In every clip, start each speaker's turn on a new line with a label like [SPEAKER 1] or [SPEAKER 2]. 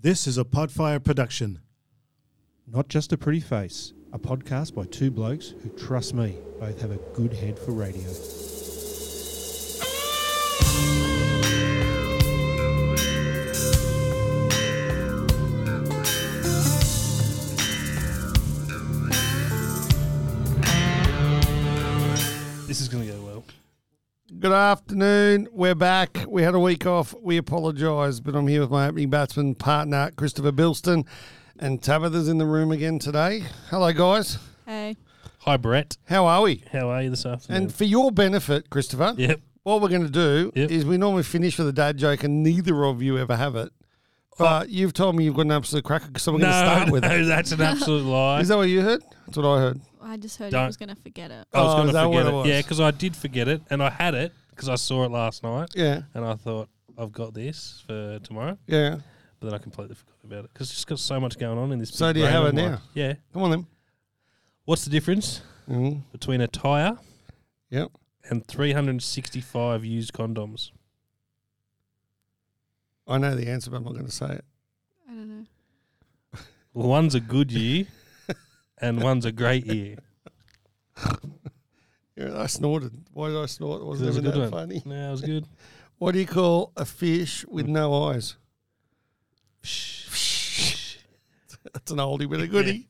[SPEAKER 1] This is a Podfire production.
[SPEAKER 2] Not just a pretty face, a podcast by two blokes who, trust me, both have a good head for radio.
[SPEAKER 3] This is going to go well.
[SPEAKER 4] Good afternoon. We're back. We had a week off. We apologise, but I'm here with my opening batsman partner, Christopher Bilston, and Tabitha's in the room again today. Hello, guys.
[SPEAKER 5] Hey.
[SPEAKER 3] Hi, Brett.
[SPEAKER 4] How are we?
[SPEAKER 3] How are you this afternoon?
[SPEAKER 4] And for your benefit, Christopher,
[SPEAKER 3] yep.
[SPEAKER 4] what we're going to do
[SPEAKER 3] Yep.
[SPEAKER 4] is we normally finish with a dad joke, and neither of you ever have it. But you've told me you've got an absolute cracker, so we're
[SPEAKER 3] Oh. No,
[SPEAKER 4] going to start with
[SPEAKER 3] no,
[SPEAKER 4] it.
[SPEAKER 3] that's an absolute lie.
[SPEAKER 4] Is that what you heard? That's what I heard.
[SPEAKER 5] I just heard
[SPEAKER 3] Don't-
[SPEAKER 5] I was going to forget it.
[SPEAKER 3] I was
[SPEAKER 4] Oh,
[SPEAKER 3] going
[SPEAKER 4] is
[SPEAKER 3] to
[SPEAKER 4] that what
[SPEAKER 3] forget it.
[SPEAKER 4] it was?
[SPEAKER 3] Yeah, because I did forget it, and I had it because I saw it last night,
[SPEAKER 4] Yeah,
[SPEAKER 3] and I thought I've got this for tomorrow,
[SPEAKER 4] yeah.
[SPEAKER 3] but then I completely forgot about it because it's just got so much going on in this.
[SPEAKER 4] So
[SPEAKER 3] big
[SPEAKER 4] do you
[SPEAKER 3] brain
[SPEAKER 4] have
[SPEAKER 3] of
[SPEAKER 4] it
[SPEAKER 3] mine.
[SPEAKER 4] now?
[SPEAKER 3] Yeah.
[SPEAKER 4] Come on then.
[SPEAKER 3] What's the difference
[SPEAKER 4] Mm.
[SPEAKER 3] between a tire?
[SPEAKER 4] Yep.
[SPEAKER 3] And 365 used condoms.
[SPEAKER 4] I know the answer, but I'm not going to say it.
[SPEAKER 5] I don't know.
[SPEAKER 3] Well, one's a good year, and one's a great year.
[SPEAKER 4] Yeah, I snorted. Why did I snort? It wasn't
[SPEAKER 3] That was a
[SPEAKER 4] even
[SPEAKER 3] good
[SPEAKER 4] that
[SPEAKER 3] one.
[SPEAKER 4] funny.
[SPEAKER 3] No, it was good.
[SPEAKER 4] What do you call a fish with
[SPEAKER 3] Mm.
[SPEAKER 4] no eyes? That's an oldie with a goodie.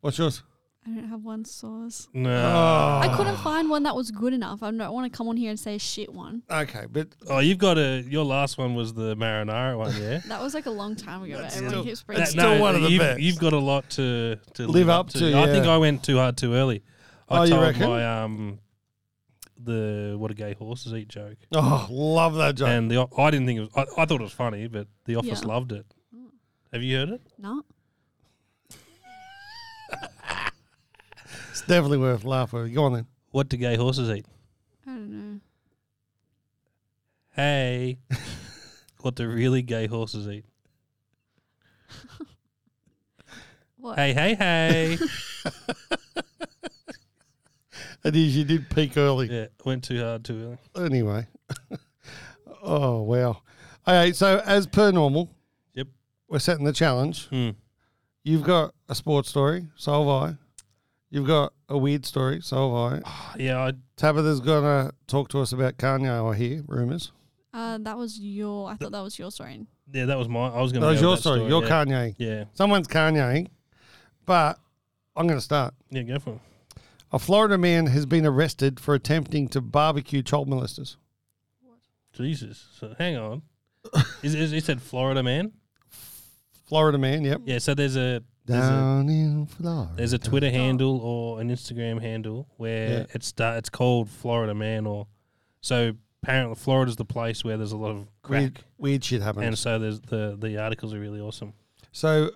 [SPEAKER 4] What's yours?
[SPEAKER 5] I don't have one source.
[SPEAKER 3] No.
[SPEAKER 4] Oh,
[SPEAKER 3] Uh,
[SPEAKER 4] Ah.
[SPEAKER 5] I couldn't find one that was good enough. I don't want to come on here and say a shit one.
[SPEAKER 4] Ah. Okay, but
[SPEAKER 3] Oh, you've got a. Your last one was the marinara one, yeah.
[SPEAKER 5] That was like a long time ago. But
[SPEAKER 4] That's
[SPEAKER 5] everyone
[SPEAKER 4] still-
[SPEAKER 5] keeps bringing
[SPEAKER 4] that's
[SPEAKER 5] it
[SPEAKER 4] still
[SPEAKER 5] up.
[SPEAKER 4] no- one of the
[SPEAKER 3] you've,
[SPEAKER 4] best.
[SPEAKER 3] You've got a lot to, to
[SPEAKER 4] Live up to,
[SPEAKER 3] I think
[SPEAKER 4] yeah.
[SPEAKER 3] I went too hard too early. I
[SPEAKER 4] Oh, you
[SPEAKER 3] told
[SPEAKER 4] reckon?
[SPEAKER 3] my um the what a gay horses eat joke,
[SPEAKER 4] oh, love that joke.
[SPEAKER 3] and the I didn't think it was. I, I thought it was funny, but the office
[SPEAKER 5] Yeah.
[SPEAKER 3] loved it. Have you heard it?
[SPEAKER 5] No.
[SPEAKER 4] it's definitely worth laughing. Go on then.
[SPEAKER 3] What do gay horses eat?
[SPEAKER 5] I don't know.
[SPEAKER 3] Hey, what do really gay horses eat?
[SPEAKER 5] What?
[SPEAKER 3] Hey, hey, hey!
[SPEAKER 4] It is. You did peak early.
[SPEAKER 3] yeah, went too hard too early.
[SPEAKER 4] Anyway. oh wow. Okay, so as per normal.
[SPEAKER 3] Yep.
[SPEAKER 4] We're setting the challenge.
[SPEAKER 3] Hmm.
[SPEAKER 4] You've got a sports story. So have I. You've got a weird story. So have I.
[SPEAKER 3] Yeah, I
[SPEAKER 4] Tabitha's gonna talk to us about Kanye. I hear rumors.
[SPEAKER 5] Uh, that was your. I thought that was your story.
[SPEAKER 3] yeah that was my. I was going.
[SPEAKER 4] That
[SPEAKER 3] to
[SPEAKER 4] was your
[SPEAKER 3] that
[SPEAKER 4] story. Your
[SPEAKER 3] yeah.
[SPEAKER 4] Kanye.
[SPEAKER 3] Yeah,
[SPEAKER 4] Someone's Kanye, but I'm gonna start.
[SPEAKER 3] yeah, go for it.
[SPEAKER 4] A Florida man has been arrested for attempting to barbecue child molesters.
[SPEAKER 3] Jesus. So hang on. is, is it said Florida man?
[SPEAKER 4] Florida man. Yep.
[SPEAKER 3] Yeah. So there's a there's a,
[SPEAKER 4] Down in Florida.
[SPEAKER 3] there's a Twitter handle or an Instagram handle where
[SPEAKER 4] Yeah.
[SPEAKER 3] it's uh, it's called Florida man or so apparently Florida's the place where there's a lot of crack
[SPEAKER 4] weird, weird shit happens.
[SPEAKER 3] and so there's the the articles are really awesome.
[SPEAKER 4] So,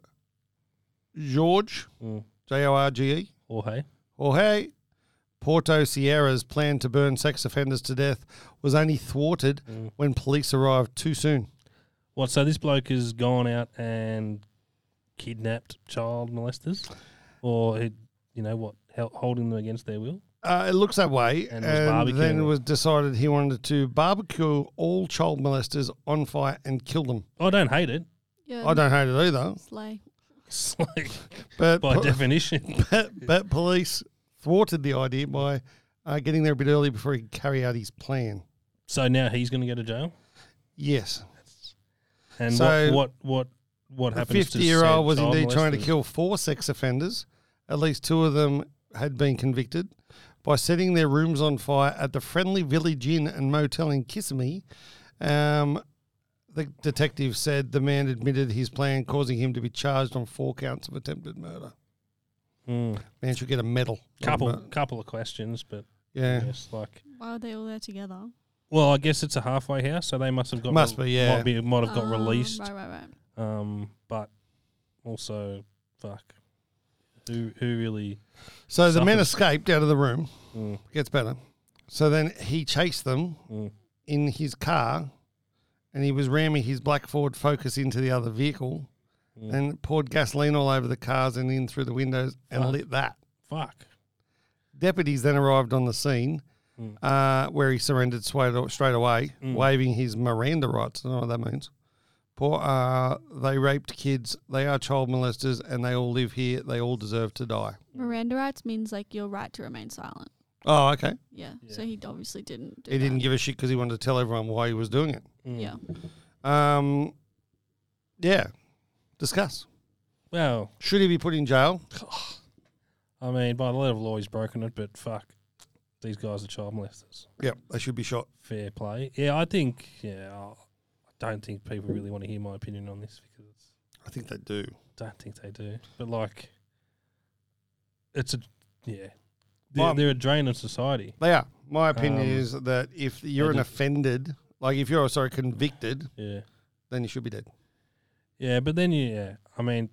[SPEAKER 4] George,
[SPEAKER 3] Mm.
[SPEAKER 4] J O R G E,
[SPEAKER 3] Or hey,
[SPEAKER 4] Jorge Porto Sierra's plan to burn sex offenders to death was only thwarted
[SPEAKER 3] Mm.
[SPEAKER 4] when police arrived too soon.
[SPEAKER 3] what? So this bloke has gone out and kidnapped child molesters, or he, you know what, hel- holding them against their will.
[SPEAKER 4] Uh, it looks that way. And,
[SPEAKER 3] And was barbecuing
[SPEAKER 4] then it
[SPEAKER 3] them.
[SPEAKER 4] was decided he wanted to barbecue all child molesters on fire and kill them.
[SPEAKER 3] I don't hate it.
[SPEAKER 5] Yeah.
[SPEAKER 4] I don't hate it either,
[SPEAKER 5] Slay.
[SPEAKER 3] It's like
[SPEAKER 4] but,
[SPEAKER 3] by
[SPEAKER 4] po-
[SPEAKER 3] definition.
[SPEAKER 4] but, but police thwarted the idea by uh, getting there a bit early before he could carry out his plan.
[SPEAKER 3] So now he's going to go to jail.
[SPEAKER 4] Yes.
[SPEAKER 3] And
[SPEAKER 4] So-
[SPEAKER 3] what what what what
[SPEAKER 4] The
[SPEAKER 3] happens?
[SPEAKER 4] 50 year old was indeed trying to kill four sex offenders. At least two of them had been convicted by setting their rooms on fire at the Friendly Village Inn and Motel in Kissimmee. Um, the detective said the man admitted his plan, causing him to be charged on four counts of attempted murder. Man should get a medal.
[SPEAKER 3] Hmm. Couple
[SPEAKER 4] Um,
[SPEAKER 3] couple of questions, but
[SPEAKER 4] Yeah.
[SPEAKER 3] yes, like
[SPEAKER 5] Why are they all there together?
[SPEAKER 3] well, I guess it's a halfway house, so they must have got
[SPEAKER 4] Must be, yeah.
[SPEAKER 3] might be might have got
[SPEAKER 5] Um,
[SPEAKER 3] released.
[SPEAKER 5] Right, right, right.
[SPEAKER 3] Um, but also, fuck, who who really?
[SPEAKER 4] So the men
[SPEAKER 3] Something.
[SPEAKER 4] escaped out of the room.
[SPEAKER 3] Mm,
[SPEAKER 4] Gets better. So then he chased them
[SPEAKER 3] mm.
[SPEAKER 4] in his car and he was ramming his black Ford Focus into the other vehicle
[SPEAKER 3] Mm.
[SPEAKER 4] and poured gasoline all over the cars and in through the windows and
[SPEAKER 3] Fuck.
[SPEAKER 4] lit that.
[SPEAKER 3] Fuck.
[SPEAKER 4] Deputies then arrived on the scene
[SPEAKER 3] Mm.
[SPEAKER 4] uh, where he surrendered straight, straight away,
[SPEAKER 3] Mm.
[SPEAKER 4] waving his Miranda rights. I don't know what that means. Poor are they raped kids, they are child molesters, and they all live here. They all deserve to die.
[SPEAKER 5] Miranda rights means like your right to remain silent.
[SPEAKER 4] Oh, okay.
[SPEAKER 5] Yeah. So he obviously didn't. Do
[SPEAKER 4] He didn't
[SPEAKER 5] that.
[SPEAKER 4] give a shit because he wanted to tell everyone why he was doing it.
[SPEAKER 5] Yeah.
[SPEAKER 4] Um, yeah. Discuss.
[SPEAKER 3] Well,
[SPEAKER 4] Should he be put in jail?
[SPEAKER 3] I mean, by the letter of law, he's broken it, but fuck, these guys are child molesters.
[SPEAKER 4] Yep, they should be shot.
[SPEAKER 3] Fair play. Yeah, I think. Yeah, I'll- I don't think people really want to hear my opinion on this because it's,
[SPEAKER 4] I think they do.
[SPEAKER 3] don't think they do. But like, it's a yeah. They're,
[SPEAKER 4] Well- um,
[SPEAKER 3] they're a drain on society.
[SPEAKER 4] They are. My opinion
[SPEAKER 3] Um,
[SPEAKER 4] is that if you're an
[SPEAKER 3] did-
[SPEAKER 4] offended, like if you're sorry convicted,
[SPEAKER 3] Yeah,
[SPEAKER 4] then you should be dead.
[SPEAKER 3] yeah. But then yeah, I mean,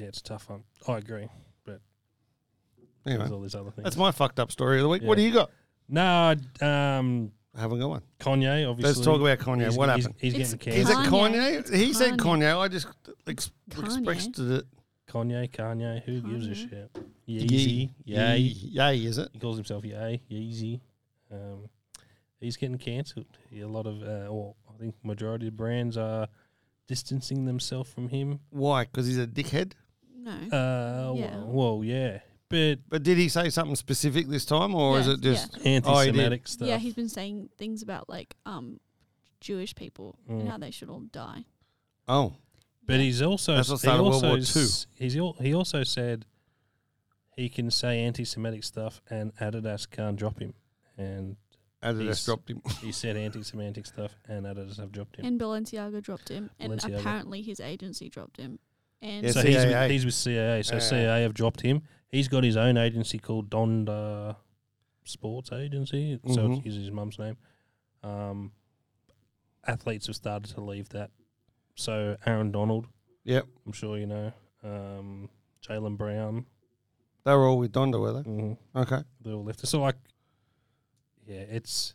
[SPEAKER 3] yeah, it's a tough one. I agree.
[SPEAKER 4] Anyway,
[SPEAKER 3] There's all these other things.
[SPEAKER 4] that's my fucked up story of the week. What do
[SPEAKER 3] Yeah.
[SPEAKER 4] you got?
[SPEAKER 3] no, um,
[SPEAKER 4] I haven't got one.
[SPEAKER 3] Kanye obviously.
[SPEAKER 4] Let's talk about Kanye.
[SPEAKER 3] He's-
[SPEAKER 4] what
[SPEAKER 3] he's-
[SPEAKER 4] happened?
[SPEAKER 3] He's,
[SPEAKER 5] It's
[SPEAKER 3] getting
[SPEAKER 4] Is
[SPEAKER 3] cancer.
[SPEAKER 4] it
[SPEAKER 5] Kanye.
[SPEAKER 4] Kanye?
[SPEAKER 5] It's
[SPEAKER 4] he said
[SPEAKER 5] Kanye.
[SPEAKER 4] Kanye. I just ex-
[SPEAKER 5] Kanye.
[SPEAKER 4] expressed it.
[SPEAKER 3] Kanye, Kanye. Who gives a
[SPEAKER 5] Kanye.
[SPEAKER 3] shit? Yeezy,
[SPEAKER 4] Yay.
[SPEAKER 3] yay.
[SPEAKER 4] Yay, is it?
[SPEAKER 3] He calls himself Yay Yeezy. Um, he's getting cancelled. He- A lot of, uh, or I think majority of brands are distancing themselves from him.
[SPEAKER 4] Why? Because he's a dickhead?
[SPEAKER 5] No.
[SPEAKER 3] Uh,
[SPEAKER 5] Yeah.
[SPEAKER 3] Well, well, yeah, but
[SPEAKER 4] But did he say something specific this time or is
[SPEAKER 5] Yeah,
[SPEAKER 4] it just.
[SPEAKER 3] anti-Semitic stuff.
[SPEAKER 5] Yeah, he's been saying things about like um Jewish people
[SPEAKER 3] Mm.
[SPEAKER 5] and how they should all die.
[SPEAKER 4] Oh.
[SPEAKER 3] but he's also
[SPEAKER 4] That's what
[SPEAKER 3] he
[SPEAKER 4] started World
[SPEAKER 3] also
[SPEAKER 4] War
[SPEAKER 3] s- he's al- he also said he can say anti-Semitic stuff and Adidas can't drop him. And
[SPEAKER 4] Adidas
[SPEAKER 3] He's-
[SPEAKER 4] dropped him.
[SPEAKER 3] he said anti-Semitic stuff and Adidas have dropped him.
[SPEAKER 5] And Balenciaga dropped him, and
[SPEAKER 3] Balenciaga.
[SPEAKER 5] apparently his agency dropped him. And
[SPEAKER 4] Yes,
[SPEAKER 3] so
[SPEAKER 4] Yeah,
[SPEAKER 3] he's
[SPEAKER 4] CIA.
[SPEAKER 3] with, he's with CIA. So
[SPEAKER 4] Yeah.
[SPEAKER 3] CIA have dropped him. He's got his own agency called Donda Sports Agency. So
[SPEAKER 4] Mhm.
[SPEAKER 3] it's uses his mum's name. Um, athletes have started to leave that. So Aaron Donald.
[SPEAKER 4] Yep.
[SPEAKER 3] I'm sure you know. Um, Jalen Brown.
[SPEAKER 4] They were all with Donda, were they?
[SPEAKER 3] Mm,
[SPEAKER 4] Okay.
[SPEAKER 3] they all left. So like, yeah, it's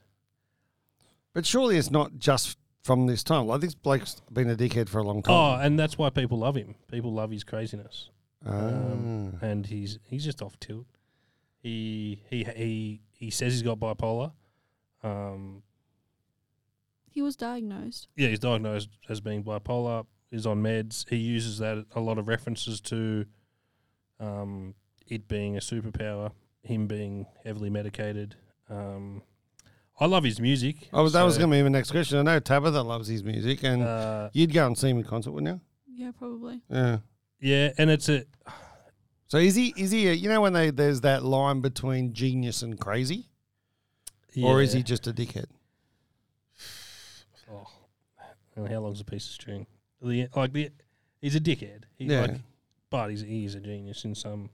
[SPEAKER 4] But surely it's not just from this time. Like, this Blake's been a dickhead for a long
[SPEAKER 3] oh,
[SPEAKER 4] time.
[SPEAKER 3] and that's why people love him. People love his craziness.
[SPEAKER 4] Oh.
[SPEAKER 3] um, and he's he's just off tilt. He he he he says he's got bipolar. Um,
[SPEAKER 5] he was diagnosed.
[SPEAKER 3] yeah, he's diagnosed as being bipolar. Is on meds. He uses that a lot of references to um, it being a superpower, him being heavily medicated. Um, I love his music.
[SPEAKER 4] oh, that was
[SPEAKER 3] so,
[SPEAKER 4] going to be my next question. I know Tabitha loves his music and
[SPEAKER 3] uh,
[SPEAKER 4] you'd go and see him in concert, wouldn't
[SPEAKER 5] Yeah, probably.
[SPEAKER 4] you? Yeah.
[SPEAKER 3] yeah, and it's a
[SPEAKER 4] So is he, is he, a, you know, when they, there's that line between genius and crazy? Or is
[SPEAKER 3] yeah.
[SPEAKER 4] he just a dickhead?
[SPEAKER 3] Oh, and how long's a piece of string? The, like the, he's a dickhead. He,
[SPEAKER 4] Yeah.
[SPEAKER 3] like, but he's he's a genius in some.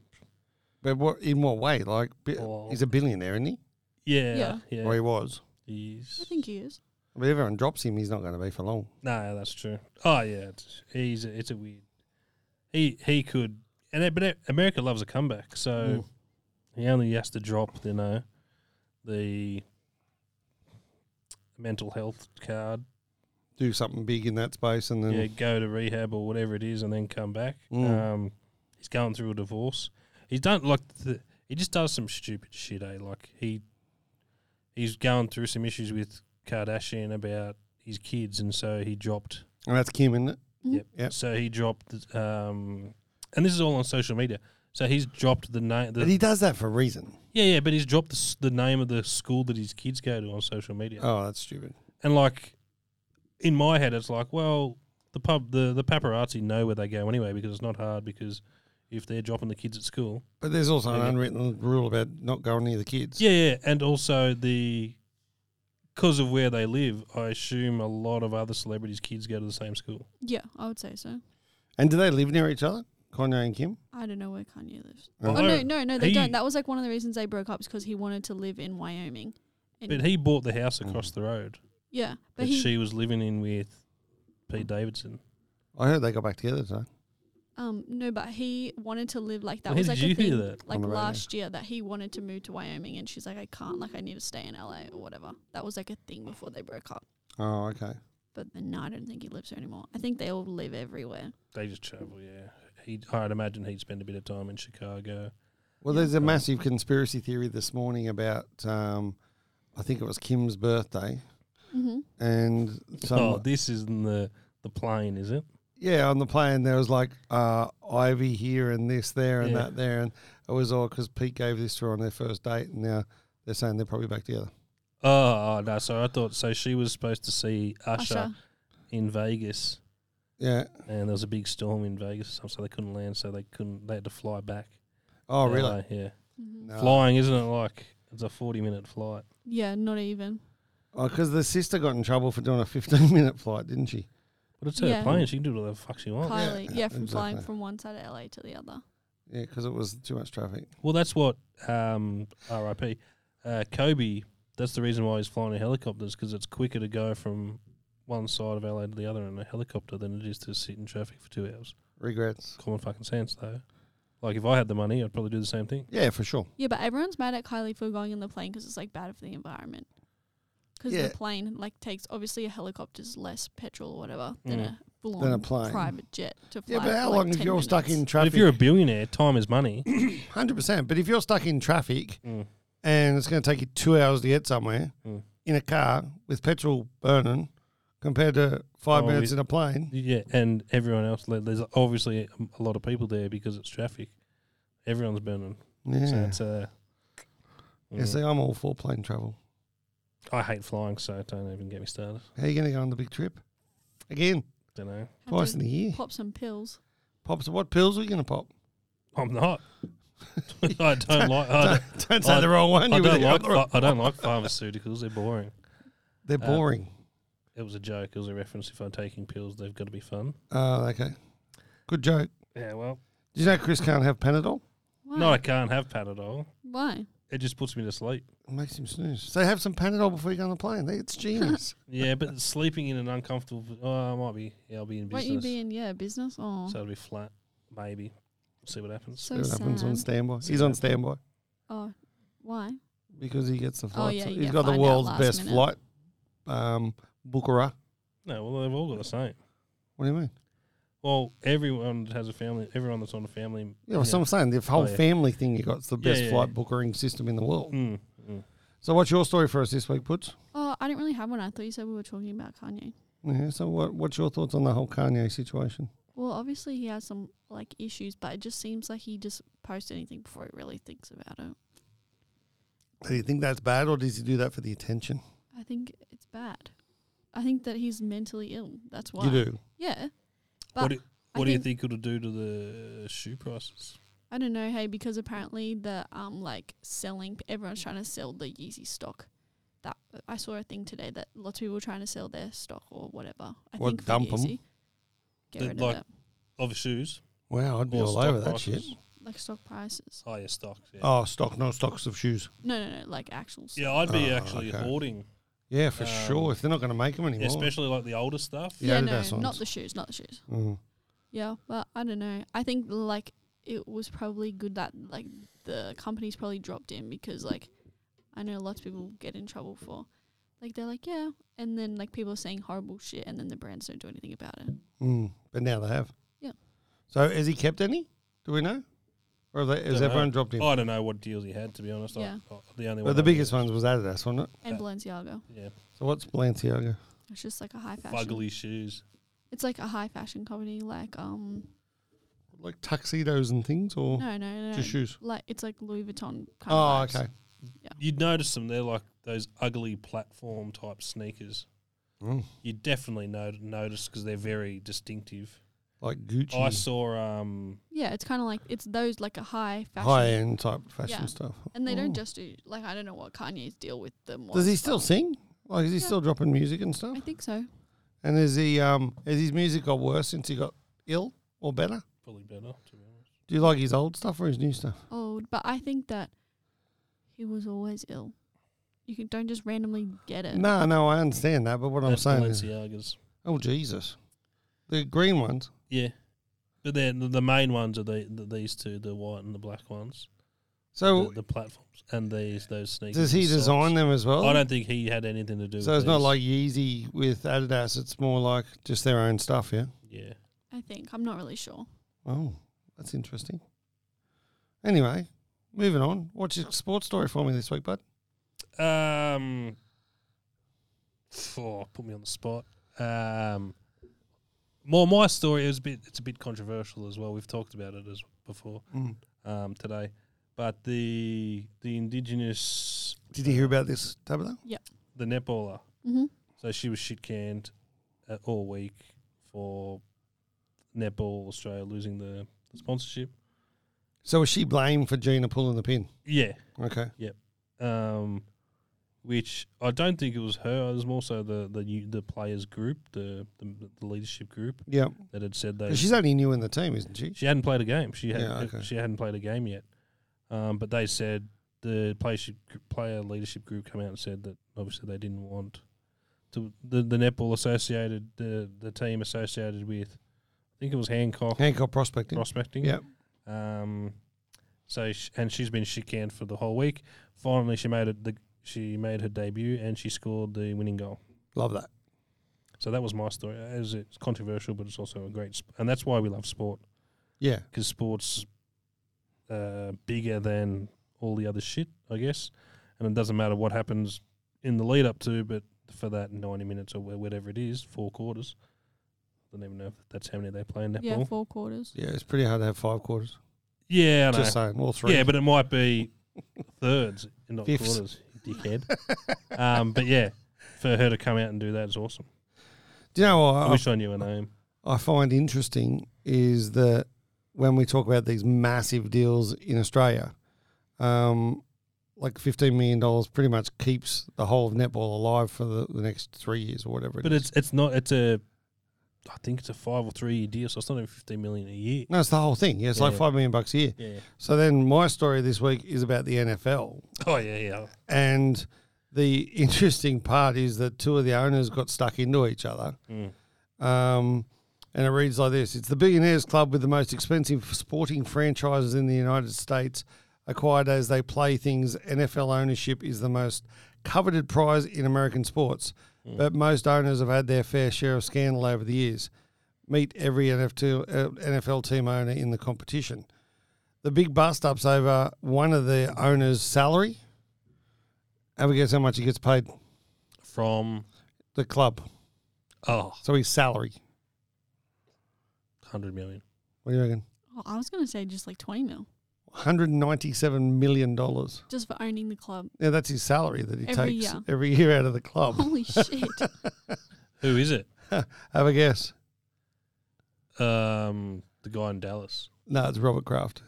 [SPEAKER 4] But what in what way? Like bi-
[SPEAKER 3] Well-
[SPEAKER 4] he's a billionaire, isn't he?
[SPEAKER 3] Yeah, Oh. yeah.
[SPEAKER 5] Yeah.
[SPEAKER 4] Or he was.
[SPEAKER 5] I
[SPEAKER 3] He's
[SPEAKER 5] think he is.
[SPEAKER 4] But everyone drops him. He's not going to be for long.
[SPEAKER 3] no, that's true. Oh yeah, it's, he's a, it's a weird. He he could, and it- but it- America loves a comeback, so
[SPEAKER 4] Mm.
[SPEAKER 3] he only has to drop, you know, the mental health card.
[SPEAKER 4] Do something big in that space, and then
[SPEAKER 3] yeah, go to rehab or whatever it is, and then come back.
[SPEAKER 4] Mm.
[SPEAKER 3] Um, he's going through a divorce. He's done like the, he just does some stupid shit. Eh? Like he he's going through some issues with Kardashian about his kids, and so he dropped.
[SPEAKER 4] and that's Kim, isn't it? Yep.
[SPEAKER 3] So he dropped. Um, and this is all on social media. So he's dropped the name.
[SPEAKER 4] But
[SPEAKER 3] The,
[SPEAKER 4] he does that for a reason.
[SPEAKER 3] yeah, yeah, but he's dropped the, s- the name of the school that his kids go to on social media.
[SPEAKER 4] Oh, that's stupid.
[SPEAKER 3] And like in my head, it's like, well, the pub, the the paparazzi know where they go anyway because it's not hard because if they're dropping the kids at school,
[SPEAKER 4] But there's also an
[SPEAKER 3] Yeah.
[SPEAKER 4] unwritten rule about not going near the kids.
[SPEAKER 3] yeah, yeah, and also the because of where they live, I assume a lot of other celebrities' kids go to the same school.
[SPEAKER 5] Yeah, I would say so.
[SPEAKER 4] And do they live near each other, Kanye and Kim?
[SPEAKER 5] I don't know where Kanye lives.
[SPEAKER 4] Oh.
[SPEAKER 5] Oh, no, no, no, they
[SPEAKER 3] He-
[SPEAKER 5] don't. That was like one of the reasons they broke up is because he wanted to live in Wyoming. And
[SPEAKER 3] But he bought the house across the road
[SPEAKER 5] yeah, but
[SPEAKER 3] that
[SPEAKER 5] he
[SPEAKER 3] she was living in with Pete Davidson.
[SPEAKER 4] I heard they got back together. So
[SPEAKER 5] um no, but he wanted to live like that
[SPEAKER 3] Where
[SPEAKER 5] was
[SPEAKER 3] did
[SPEAKER 5] like
[SPEAKER 3] you
[SPEAKER 5] a
[SPEAKER 3] hear
[SPEAKER 5] thing
[SPEAKER 3] that?
[SPEAKER 5] like
[SPEAKER 4] On the radio.
[SPEAKER 5] last year that he wanted to move to Wyoming and she's like I can't like I need to stay in LA or whatever. That was like a thing before they broke up.
[SPEAKER 4] oh, okay.
[SPEAKER 5] But then no, I don't think he lives there anymore. I think they all live everywhere.
[SPEAKER 3] They just travel, yeah. He, I'd imagine he'd spend a bit of time in Chicago.
[SPEAKER 4] Well, there's a massive conspiracy theory this morning about. Um, I think it was Kim's birthday,
[SPEAKER 5] Mm-hmm.
[SPEAKER 4] and some
[SPEAKER 3] oh, this is the the plane, is it?
[SPEAKER 4] Yeah, on the plane there was like uh, ivy here and this there and
[SPEAKER 3] Yeah.
[SPEAKER 4] that there, and it was all because Pete gave this to her on their first date, and now they're saying they're probably back together.
[SPEAKER 3] Oh, oh, no. So I thought so. She was supposed to see Usher,
[SPEAKER 5] Usher.
[SPEAKER 3] in Vegas,
[SPEAKER 4] Yeah.
[SPEAKER 3] and there was a big storm in Vegas, or something, so they couldn't land. So they couldn't. They had to fly back.
[SPEAKER 4] Oh,
[SPEAKER 3] to
[SPEAKER 4] really?
[SPEAKER 3] LA, Yeah.
[SPEAKER 5] Mhm.
[SPEAKER 4] No.
[SPEAKER 3] Flying, isn't it? Like it's a forty-minute flight.
[SPEAKER 5] Yeah, not even.
[SPEAKER 4] Oh, because the sister got in trouble for doing a 15 minute flight, didn't she?
[SPEAKER 3] But it's her
[SPEAKER 5] Yeah.
[SPEAKER 3] plane. She can do whatever the fuck she wants.
[SPEAKER 5] Kylie, yeah, from flying
[SPEAKER 4] exactly.
[SPEAKER 5] from one side of LA to the other.
[SPEAKER 4] Yeah, because it was too much traffic.
[SPEAKER 3] Well, that's what um, RIP uh, Kobe. That's the reason why he's flying in helicopters because it's quicker to go from one side of LA to the other in a helicopter than it is to sit in traffic for two hours.
[SPEAKER 4] Regrets.
[SPEAKER 3] Common fucking sense, though. Like if I had the money, I'd probably do the same thing.
[SPEAKER 4] Yeah, for sure.
[SPEAKER 5] Yeah, but everyone's mad at Kylie for going in the plane because it's like bad for the environment. Because
[SPEAKER 4] Yeah.
[SPEAKER 5] the plane like takes obviously a helicopter's less petrol or whatever than
[SPEAKER 3] Mm.
[SPEAKER 5] a full
[SPEAKER 4] Than a plane.
[SPEAKER 5] private jet to fly.
[SPEAKER 4] Yeah, but
[SPEAKER 5] for,
[SPEAKER 4] how
[SPEAKER 5] like,
[SPEAKER 4] long if
[SPEAKER 5] 10
[SPEAKER 4] you're stuck
[SPEAKER 5] minutes.
[SPEAKER 4] in
[SPEAKER 3] But
[SPEAKER 4] traffic?
[SPEAKER 3] if you're a billionaire, time is money.
[SPEAKER 4] 100%. But if you're stuck in traffic
[SPEAKER 3] Mm.
[SPEAKER 4] and it's going to take you two hours to get somewhere
[SPEAKER 3] Mm.
[SPEAKER 4] in a car with petrol burning compared to five
[SPEAKER 3] Oh,
[SPEAKER 4] minutes
[SPEAKER 3] we-
[SPEAKER 4] in a plane,
[SPEAKER 3] Yeah, and everyone else. like, There's obviously a lot of people there because it's traffic. Everyone's burning. So
[SPEAKER 4] yeah.
[SPEAKER 3] it's uh,
[SPEAKER 4] yeah,
[SPEAKER 3] mm.
[SPEAKER 4] see, I'm all for plane travel.
[SPEAKER 3] I hate flying, so don't even get me started.
[SPEAKER 4] How are you going to go on the big trip? Again,
[SPEAKER 3] Don't know.
[SPEAKER 5] Had to
[SPEAKER 4] twice in a year.
[SPEAKER 5] pop some pills.
[SPEAKER 4] Pops, what pills are you going to pop?
[SPEAKER 3] I'm not. I don't like. I
[SPEAKER 4] Don't, don't say
[SPEAKER 3] I-
[SPEAKER 4] the wrong one.
[SPEAKER 3] don't, I
[SPEAKER 4] you
[SPEAKER 3] don't
[SPEAKER 4] really-
[SPEAKER 3] like. ph- I don't like pharmaceuticals. They're boring.
[SPEAKER 4] They're
[SPEAKER 3] uh,
[SPEAKER 4] boring.
[SPEAKER 3] It was a joke. It was a reference. If I'm taking pills, they've got to be fun.
[SPEAKER 4] Oh, okay. Good joke.
[SPEAKER 3] Yeah. Well,
[SPEAKER 4] Do you know Chris can't have Panadol?
[SPEAKER 5] Why?
[SPEAKER 3] no, I can't have Panadol.
[SPEAKER 5] Why?
[SPEAKER 3] It just puts me to sleep.
[SPEAKER 4] It makes him snooze. So have some Panadol before you go on the plane. It's genius.
[SPEAKER 3] Yeah, but sleeping in an uncomfortable. Oh, I might be. Yeah, I'll be in
[SPEAKER 5] Won't
[SPEAKER 3] business.
[SPEAKER 5] you be in yeah business? Oh,
[SPEAKER 3] so it'll be flat. Maybe. see what happens.
[SPEAKER 5] so,
[SPEAKER 4] what
[SPEAKER 5] sad.
[SPEAKER 4] happens on standby? He's on standby
[SPEAKER 5] oh, why?
[SPEAKER 4] because he gets the flight.
[SPEAKER 5] Oh, yeah, you
[SPEAKER 4] he's
[SPEAKER 5] get
[SPEAKER 4] got the
[SPEAKER 5] find out
[SPEAKER 4] world's
[SPEAKER 5] last
[SPEAKER 4] best
[SPEAKER 5] minute.
[SPEAKER 4] flight. Um, Bookera.
[SPEAKER 3] No. Well, they've all got the same.
[SPEAKER 4] What do you mean?
[SPEAKER 3] Well, everyone has a family. Everyone that's on a family.
[SPEAKER 4] Yeah, well, so I'm saying the whole
[SPEAKER 3] Oh, yeah.
[SPEAKER 4] family thing you got is the
[SPEAKER 3] Yeah,
[SPEAKER 4] best
[SPEAKER 3] yeah,
[SPEAKER 4] flight
[SPEAKER 3] yeah.
[SPEAKER 4] bookering system in the world.
[SPEAKER 3] Mm, mm.
[SPEAKER 4] So what's your story for us this week, Putz?
[SPEAKER 5] Oh, I didn't really have one. I thought you said we were talking about Kanye.
[SPEAKER 4] Yeah, so what, what's your thoughts on the whole Kanye situation?
[SPEAKER 5] Well, obviously he has some like issues, but it just seems like he just posts anything before he really thinks about it.
[SPEAKER 4] Do you think that's bad or does he do that for the attention?
[SPEAKER 5] I think it's bad. I think that he's mentally ill. That's why.
[SPEAKER 4] You do.
[SPEAKER 5] Yeah. But
[SPEAKER 3] What do,
[SPEAKER 5] I
[SPEAKER 3] what do you
[SPEAKER 5] think-
[SPEAKER 3] think it'll do to the shoe prices?
[SPEAKER 5] I don't know, hey, because apparently the um like selling everyone's trying to sell the Yeezy stock. That I saw a thing today that lots of people were trying to sell their stock or whatever. I
[SPEAKER 4] Or
[SPEAKER 5] think for
[SPEAKER 4] dump 'em.
[SPEAKER 5] Yeezy. Get
[SPEAKER 3] That,
[SPEAKER 5] rid
[SPEAKER 3] like,
[SPEAKER 5] of it.
[SPEAKER 3] Of shoes.
[SPEAKER 4] Wow, I'd be
[SPEAKER 3] or
[SPEAKER 4] all
[SPEAKER 3] stock
[SPEAKER 4] over that
[SPEAKER 3] prices?
[SPEAKER 4] shit.
[SPEAKER 5] Like stock prices.
[SPEAKER 3] Higher stocks. Yeah.
[SPEAKER 4] Oh, stock, no stocks of shoes.
[SPEAKER 5] No, no, no, like actual stock.
[SPEAKER 3] Yeah, I'd be
[SPEAKER 4] Oh,
[SPEAKER 3] actually
[SPEAKER 4] okay.
[SPEAKER 3] hoarding,
[SPEAKER 4] Yeah, for sure.
[SPEAKER 3] Um,
[SPEAKER 4] If they're not going to make them anymore.
[SPEAKER 3] especially like the older stuff.
[SPEAKER 4] Yeah,
[SPEAKER 5] Yeah,
[SPEAKER 4] Adidas
[SPEAKER 5] no, not
[SPEAKER 4] ones.
[SPEAKER 5] the shoes, not the shoes.
[SPEAKER 4] Mm.
[SPEAKER 5] Yeah, but I don't know. I think like it was probably good that like the companies probably dropped in because like I know lots of people get in trouble for like they're like yeah, and then like people are saying horrible shit, and then the brands don't do anything about it.
[SPEAKER 4] Mm. But now they have.
[SPEAKER 5] Yeah.
[SPEAKER 4] So has he kept any? Do we know? Or have they, has
[SPEAKER 3] Dunno. Oh,
[SPEAKER 4] everyone dropped him?
[SPEAKER 3] I don't know what deals he had, to be honest. I-
[SPEAKER 5] Yeah.
[SPEAKER 3] I, the only
[SPEAKER 4] well,
[SPEAKER 3] one
[SPEAKER 4] the
[SPEAKER 3] I
[SPEAKER 4] biggest
[SPEAKER 3] knew-
[SPEAKER 4] ones was Adidas, wasn't it?
[SPEAKER 5] And
[SPEAKER 3] Yeah.
[SPEAKER 5] Balenciaga,
[SPEAKER 3] Yeah,
[SPEAKER 4] So what's Balenciaga?
[SPEAKER 5] it's just like a high fashion.
[SPEAKER 3] fugly shoes.
[SPEAKER 5] It's like a high fashion company, like um
[SPEAKER 4] Like tuxedos and things or
[SPEAKER 5] no no no,
[SPEAKER 4] just
[SPEAKER 5] no.
[SPEAKER 4] shoes?
[SPEAKER 5] like it's like Louis Vuitton. Kind
[SPEAKER 4] Oh,
[SPEAKER 5] of vibes.
[SPEAKER 4] okay.
[SPEAKER 3] You'd notice them. They're like those ugly platform type sneakers.
[SPEAKER 4] Mm.
[SPEAKER 3] You definitely no- notice because they're very distinctive.
[SPEAKER 4] Like Gucci.
[SPEAKER 3] Oh, I saw. Um,
[SPEAKER 5] Yeah, it's kind of like it's those like a high fashion,
[SPEAKER 4] High end type fashion
[SPEAKER 5] Yeah.
[SPEAKER 4] stuff.
[SPEAKER 5] and they don't
[SPEAKER 4] Oh.
[SPEAKER 5] just do like I don't know what Kanye's deal with them.
[SPEAKER 4] Does he
[SPEAKER 5] was,
[SPEAKER 4] still
[SPEAKER 5] but
[SPEAKER 4] sing? Like, is he
[SPEAKER 5] Yeah.
[SPEAKER 4] still dropping music and stuff?
[SPEAKER 5] I think so.
[SPEAKER 4] And is he, um, has his music got worse since he got ill or better?
[SPEAKER 3] probably better. To be honest.
[SPEAKER 4] Do you like his old stuff or his new stuff?
[SPEAKER 5] old, but I think that he was always ill. You can don't just randomly get it.
[SPEAKER 4] No, no, I understand that, but what I'm
[SPEAKER 3] That's
[SPEAKER 4] saying is,
[SPEAKER 3] Balenciagas.
[SPEAKER 4] oh Jesus, the green ones.
[SPEAKER 3] Yeah, but then the- the main ones are the, the these two, the white and the black ones.
[SPEAKER 4] So
[SPEAKER 3] the, the platforms and these those sneakers.
[SPEAKER 4] does he
[SPEAKER 3] and socks.
[SPEAKER 4] design them as well?
[SPEAKER 3] I don't think he had anything to do.
[SPEAKER 4] so
[SPEAKER 3] with
[SPEAKER 4] it's not
[SPEAKER 3] these.
[SPEAKER 4] like Yeezy with Adidas. It's more like just their own stuff. Yeah.
[SPEAKER 3] yeah.
[SPEAKER 5] I think I'm not really sure.
[SPEAKER 4] Oh, that's interesting. Anyway, moving on. What's your sports story for me this week, bud?
[SPEAKER 3] Um, oh, put me on the spot. Um, More my story is a bit. It's a bit controversial as well. We've talked about it as before
[SPEAKER 4] Mm.
[SPEAKER 3] um, today, but the the indigenous
[SPEAKER 4] Did you hear about this, Tabitha?
[SPEAKER 3] the netballer.
[SPEAKER 5] hmm
[SPEAKER 3] So she was shit canned uh, all week for netball Australia losing the sponsorship.
[SPEAKER 4] So was she blamed for Gina pulling the pin?
[SPEAKER 3] Yeah,
[SPEAKER 4] Okay.
[SPEAKER 3] um, which I don't think it was her. It was more so the the u- the players group, the the, the leadership group
[SPEAKER 4] Yeah.
[SPEAKER 3] that had said they
[SPEAKER 4] 'Cause She's only new in the team, isn't she?
[SPEAKER 3] she hadn't played a game. She had
[SPEAKER 4] Yeah, okay.
[SPEAKER 3] she hadn't played a game yet. Um, but they said the playership, player leadership group come out and said that obviously they didn't want to the, the netball associated the the team associated with I think it was Hancock
[SPEAKER 4] Hancock prospecting.
[SPEAKER 3] prospecting.
[SPEAKER 4] Yeah.
[SPEAKER 3] Um, so sh- and she's been shit canned for the whole week. Finally, she made it. The she made her debut and she scored the winning goal.
[SPEAKER 4] Love that.
[SPEAKER 3] So that was my story. As it's controversial, but it's also a great, sp- and that's why we love sport
[SPEAKER 4] Yeah.
[SPEAKER 3] because sports uh, bigger than all the other shit, I guess. And it doesn't matter what happens in the lead up to, but for that ninety minutes or wh- whatever it is, four quarters. I don't even know if that's how many they play in that
[SPEAKER 5] Yeah,
[SPEAKER 3] ball.
[SPEAKER 5] four quarters.
[SPEAKER 4] Yeah, it's pretty hard to have five quarters.
[SPEAKER 3] Yeah, I know.
[SPEAKER 4] Just saying, all three.
[SPEAKER 3] Yeah, but it might be thirds and not
[SPEAKER 4] Fifths.
[SPEAKER 3] quarters, you dickhead. um, but yeah, for her to come out and do that is awesome.
[SPEAKER 4] Do you know what?
[SPEAKER 3] I
[SPEAKER 4] I-
[SPEAKER 3] wish I knew her name.
[SPEAKER 4] I find interesting is that when we talk about these massive deals in Australia, um, like fifteen million dollars pretty much keeps the whole of netball alive for the, the next three years or whatever. it
[SPEAKER 3] But
[SPEAKER 4] is.
[SPEAKER 3] it's it's not it's a I think it's a five or three year deal, so it's not even fifteen million a year.
[SPEAKER 4] no, it's the whole thing. Yeah, it's like
[SPEAKER 3] Yeah.
[SPEAKER 4] five million bucks a year.
[SPEAKER 3] Yeah.
[SPEAKER 4] So then my story this week is about the NFL,
[SPEAKER 3] Oh yeah, yeah.
[SPEAKER 4] and the interesting part is that two of the owners got stuck into each other.
[SPEAKER 3] Mm.
[SPEAKER 4] Um, and it reads like this It's the Billionaires Club with the most expensive sporting franchises in the United States, acquired as they play things. NFL ownership is the most coveted prize in American sports, but most owners have had their fair share of scandal over the years. Meet every NFT, uh, NFL team owner in the competition. The big bust ups over one of the owner's salary. Have a guess how much he gets paid?
[SPEAKER 3] From
[SPEAKER 4] The club.
[SPEAKER 3] oh
[SPEAKER 4] So his salary.
[SPEAKER 3] 100 million.
[SPEAKER 4] What do you reckon?
[SPEAKER 5] Oh, I was gonna say just like twenty mil,
[SPEAKER 4] 197 million dollars.
[SPEAKER 5] just for owning the club.
[SPEAKER 4] Yeah, that's his salary that he
[SPEAKER 5] Every
[SPEAKER 4] takes
[SPEAKER 5] year.
[SPEAKER 4] every year out of the club.
[SPEAKER 5] Holy shit!
[SPEAKER 3] Who is it?
[SPEAKER 4] Have a guess.
[SPEAKER 3] Um, the guy in Dallas.
[SPEAKER 4] No, it's Robert Kraft,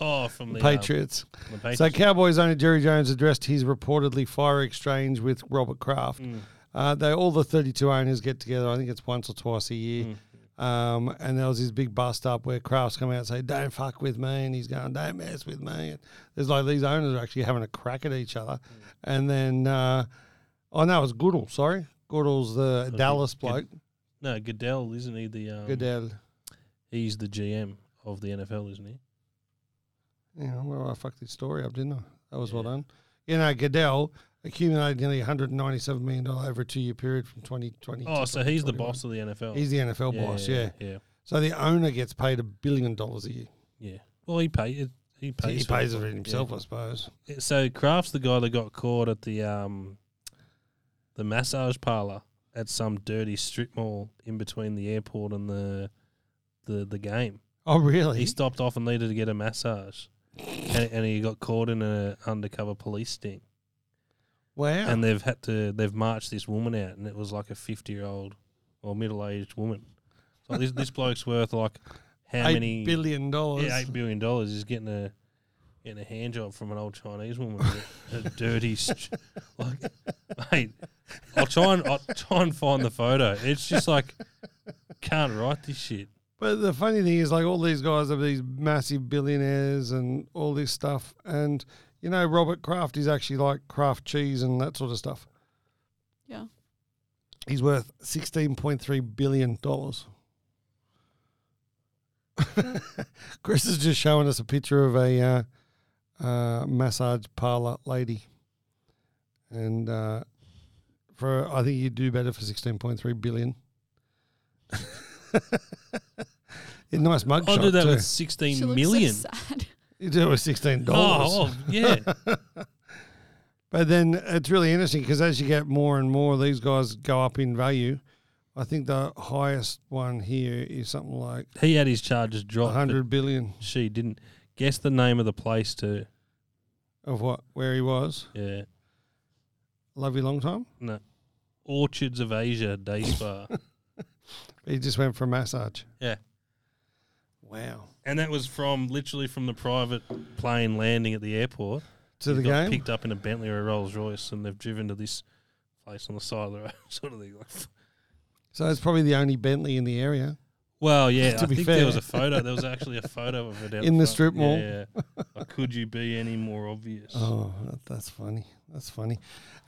[SPEAKER 3] Oh, from the um,
[SPEAKER 4] Patriots.
[SPEAKER 3] the Patriots.
[SPEAKER 4] So Cowboys owner Jerry Jones addressed his reportedly fire exchange with Robert Kraft.
[SPEAKER 3] Mm,
[SPEAKER 4] Uh, they all the 32 owners get together. I think it's once or twice a year.
[SPEAKER 3] mm.
[SPEAKER 4] Um, and there was this big bust up where Kraft's come out and say, "Don't fuck with me," and he's going, "Don't mess with me." And there's like these owners are actually having a crack at each
[SPEAKER 3] Mm.
[SPEAKER 4] other, and then uh, oh no, it's Goodall. Sorry, Goodall's the
[SPEAKER 3] Good-
[SPEAKER 4] Dallas
[SPEAKER 3] good-
[SPEAKER 4] bloke.
[SPEAKER 3] No, Goodell isn't he the um,
[SPEAKER 4] Goodell.
[SPEAKER 3] He's the GM of the NFL, isn't he?
[SPEAKER 4] Yeah, well, I fucked this story up, didn't I? That was well
[SPEAKER 3] Yeah.
[SPEAKER 4] done. You know, Goodell accumulated nearly 197 million dollar over a two year period from 2020.
[SPEAKER 3] Oh,
[SPEAKER 4] to
[SPEAKER 3] so he's the
[SPEAKER 4] 2021.
[SPEAKER 3] boss of the NFL.
[SPEAKER 4] He's the NFL boss. Yeah.
[SPEAKER 3] yeah.
[SPEAKER 4] So the owner gets paid a billion dollars a year.
[SPEAKER 3] Yeah. Well, he pay it. He
[SPEAKER 4] So
[SPEAKER 3] pays.
[SPEAKER 4] he pays it himself, I suppose.
[SPEAKER 3] Yeah. So Kraft's the guy that got caught at the um, the massage parlor at some dirty strip mall in between the airport and the the the game.
[SPEAKER 4] Oh, really?
[SPEAKER 3] He stopped off and needed to get a massage, and, and he got caught in a undercover police sting.
[SPEAKER 4] wow.
[SPEAKER 3] And they've had to they've marched this woman out, and it was like a fifty year old or middle aged woman. So this this bloke's worth like how
[SPEAKER 4] Eight
[SPEAKER 3] many
[SPEAKER 4] billion dollars.
[SPEAKER 3] Yeah, eight billion dollars is getting a getting a hand job from an old Chinese woman, with a, a dirty st- like, mate. I'll try and I'll try and find the photo. It's just like can't write this shit.
[SPEAKER 4] But the funny thing is, like, all these guys are these massive billionaires and all this stuff. And, you know, Robert Kraft is actually like Kraft cheese and that sort of stuff.
[SPEAKER 5] Yeah.
[SPEAKER 4] He's worth $16.3 billion. Chris is just showing us a picture of a uh, uh, massage parlor lady. And uh, for I think you'd do better for $16.3 billion. A nice mug
[SPEAKER 3] I'll
[SPEAKER 4] shot
[SPEAKER 3] do that
[SPEAKER 4] too.
[SPEAKER 3] with sixteen
[SPEAKER 5] She
[SPEAKER 3] million.
[SPEAKER 5] looks so sad.
[SPEAKER 4] You do it with sixteen dollars.
[SPEAKER 3] Oh, oh, yeah.
[SPEAKER 4] But then it's really interesting because as you get more and more, these guys go up in value. I think the highest one here is something like
[SPEAKER 3] He had his charges dropped. but
[SPEAKER 4] 100 billion
[SPEAKER 3] She didn't guess the name of the place to.
[SPEAKER 4] of what where he was.
[SPEAKER 3] Yeah.
[SPEAKER 4] Love you long time.
[SPEAKER 3] No. Orchards of Asia Day Spa.
[SPEAKER 4] He just went for a massage.
[SPEAKER 3] Yeah.
[SPEAKER 4] Wow.
[SPEAKER 3] and that was from literally from the private plane landing at the airport.
[SPEAKER 4] To the
[SPEAKER 3] He got
[SPEAKER 4] game.
[SPEAKER 3] Picked up in a Bentley or a Rolls Royce, and they've driven to this place on the side of the road, sort of thing. Like,
[SPEAKER 4] So it's probably the only Bentley in the area.
[SPEAKER 3] well, yeah,
[SPEAKER 4] To
[SPEAKER 3] I
[SPEAKER 4] be
[SPEAKER 3] think
[SPEAKER 4] fair.
[SPEAKER 3] there was a photo. There was actually a photo of it out
[SPEAKER 4] In the
[SPEAKER 3] front.
[SPEAKER 4] strip mall.
[SPEAKER 3] Yeah, like, could you be any more obvious?
[SPEAKER 4] Oh, that- that's funny. That's funny.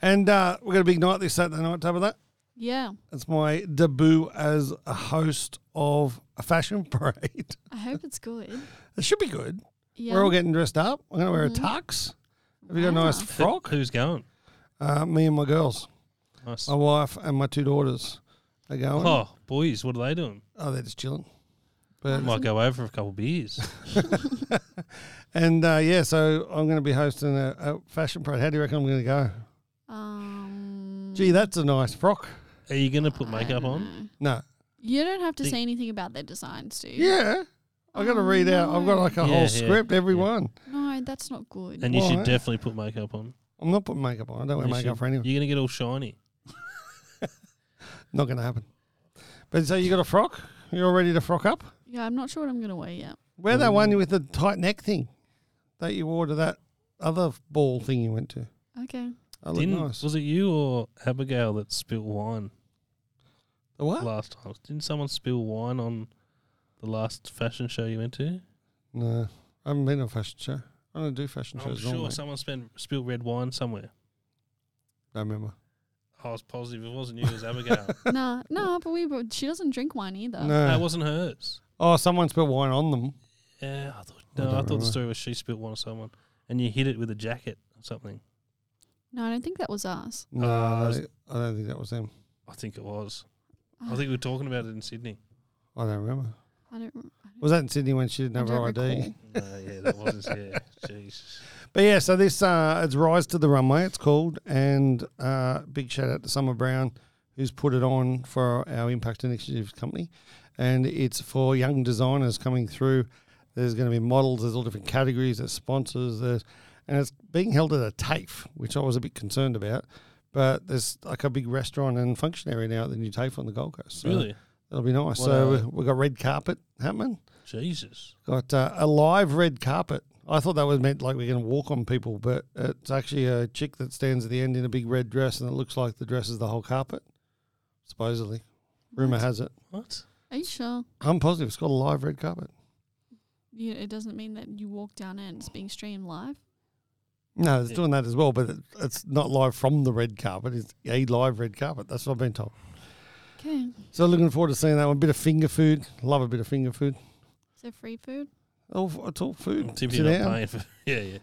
[SPEAKER 4] And uh, we've got a big night this Saturday night, top of that.
[SPEAKER 5] Yeah.
[SPEAKER 4] It's my debut as a host of a fashion parade.
[SPEAKER 5] I hope it's good.
[SPEAKER 4] it should be good.
[SPEAKER 5] Yeah.
[SPEAKER 4] We're all getting dressed up. I'm going to wear
[SPEAKER 5] Mhm.
[SPEAKER 4] a tux. Have you got a nice
[SPEAKER 5] Wow.
[SPEAKER 3] Who-
[SPEAKER 4] frock?
[SPEAKER 3] Who's going?
[SPEAKER 4] Uh, me and my girls,
[SPEAKER 3] Nice.
[SPEAKER 4] my wife and my two daughters are Oh, going. Oh,
[SPEAKER 3] Oh, boys, what are they doing?
[SPEAKER 4] they're just chilling. But,
[SPEAKER 3] Might go over for a couple of beers.
[SPEAKER 4] and uh, yeah, so I'm going to be hosting a, a fashion parade. How do you reckon I'm going to go?
[SPEAKER 5] Um,
[SPEAKER 4] Gee, that's a nice frock.
[SPEAKER 3] Are you going to put
[SPEAKER 5] I
[SPEAKER 3] makeup
[SPEAKER 5] don't
[SPEAKER 3] on?
[SPEAKER 5] know.
[SPEAKER 4] No.
[SPEAKER 5] You don't have to
[SPEAKER 3] Think-
[SPEAKER 5] say anything about their designs, do you?
[SPEAKER 4] Yeah. I've got to
[SPEAKER 5] Oh,
[SPEAKER 4] read out. I've got like a
[SPEAKER 3] no. Yeah,
[SPEAKER 4] whole
[SPEAKER 3] yeah,
[SPEAKER 4] script, every
[SPEAKER 3] yeah.
[SPEAKER 4] one.
[SPEAKER 5] No, that's not good.
[SPEAKER 3] And you should
[SPEAKER 4] Why?
[SPEAKER 3] definitely put makeup on.
[SPEAKER 4] I'm not putting makeup on. I don't wear
[SPEAKER 3] You
[SPEAKER 4] makeup
[SPEAKER 3] should-
[SPEAKER 4] for anyone.
[SPEAKER 3] You're going to get all shiny.
[SPEAKER 4] Not going to happen. But so you got a frock? You're all ready to frock up?
[SPEAKER 5] yeah, I'm not sure what I'm going to wear yet.
[SPEAKER 4] Wear
[SPEAKER 3] Mm-hmm.
[SPEAKER 4] that one with the tight neck thing that you wore to that other ball thing you went to.
[SPEAKER 5] Okay.
[SPEAKER 4] That looked
[SPEAKER 3] Didn't,
[SPEAKER 4] nice.
[SPEAKER 3] Was it you or Abigail that spilled wine
[SPEAKER 4] The what?
[SPEAKER 3] last time? Didn't someone spill wine on the last fashion show you went to?
[SPEAKER 4] No, I haven't been to a fashion show. I don't do fashion
[SPEAKER 3] I'm
[SPEAKER 4] shows.
[SPEAKER 3] Oh, sure
[SPEAKER 4] normally.
[SPEAKER 3] someone spent, spilled red wine somewhere.
[SPEAKER 4] Don't remember.
[SPEAKER 3] I was positive it wasn't you, it was Abigail.
[SPEAKER 5] nah, nah, but we but she doesn't drink wine either.
[SPEAKER 3] no,
[SPEAKER 4] No.
[SPEAKER 3] it wasn't hers.
[SPEAKER 4] oh, someone spilled wine on them.
[SPEAKER 3] Yeah, I thought,
[SPEAKER 4] I
[SPEAKER 3] no,
[SPEAKER 4] don't
[SPEAKER 3] I, thought
[SPEAKER 4] remember.
[SPEAKER 3] the story was she spilled wine on someone and you hit it with a jacket or something.
[SPEAKER 5] No, I don't think that was us.
[SPEAKER 4] No,
[SPEAKER 3] Uh,
[SPEAKER 4] I
[SPEAKER 3] was-
[SPEAKER 4] don't- I don't think that was them.
[SPEAKER 3] I think it was. I
[SPEAKER 5] Ah,
[SPEAKER 3] think we were talking about it in Sydney.
[SPEAKER 4] I don't remember.
[SPEAKER 5] I don't. rem- I don't-
[SPEAKER 4] Was that in Sydney when she didn't
[SPEAKER 5] I
[SPEAKER 4] have her
[SPEAKER 5] don't
[SPEAKER 4] ID?
[SPEAKER 5] recall.
[SPEAKER 3] No, yeah, that wasn't. Yeah, jeez.
[SPEAKER 4] But yeah, so this uh, it's Rise to the Runway. It's called, and uh, big shout out to Summer Brown, who's put it on for our Impact Initiatives company, and it's for young designers coming through. There's going to be models. There's all different categories. There's sponsors. There's and it's being held at a TAFE, which I was a bit concerned about. But there's like a big restaurant and function area now at the new TAFE on the Gold Coast. So
[SPEAKER 3] Really?
[SPEAKER 4] It'll be nice.
[SPEAKER 3] What
[SPEAKER 4] so
[SPEAKER 3] a-
[SPEAKER 4] we- we've got red carpet happening.
[SPEAKER 3] Jesus.
[SPEAKER 4] Got uh, a live red carpet. I thought that was meant like we're going to walk on people, but it's actually a chick that stands at the end in a big red dress, and it looks like the dress is the whole carpet. Supposedly, rumor has it.
[SPEAKER 3] What?
[SPEAKER 5] Are you sure?
[SPEAKER 4] I'm positive it's got a live red carpet.
[SPEAKER 5] You, it doesn't mean that you walk down and it's being streamed live.
[SPEAKER 4] No, it's
[SPEAKER 3] Yeah.
[SPEAKER 4] doing that as well, but it, it's not live from the red carpet. It's a live red carpet. That's what I've been told.
[SPEAKER 5] Okay.
[SPEAKER 4] So looking forward to seeing that one. bit of finger food. Love a bit of finger food.
[SPEAKER 5] Is there free food?
[SPEAKER 4] All f- it's all food.
[SPEAKER 3] Tippy
[SPEAKER 4] Sit
[SPEAKER 3] not
[SPEAKER 4] down.
[SPEAKER 3] paying for. Yeah, yeah.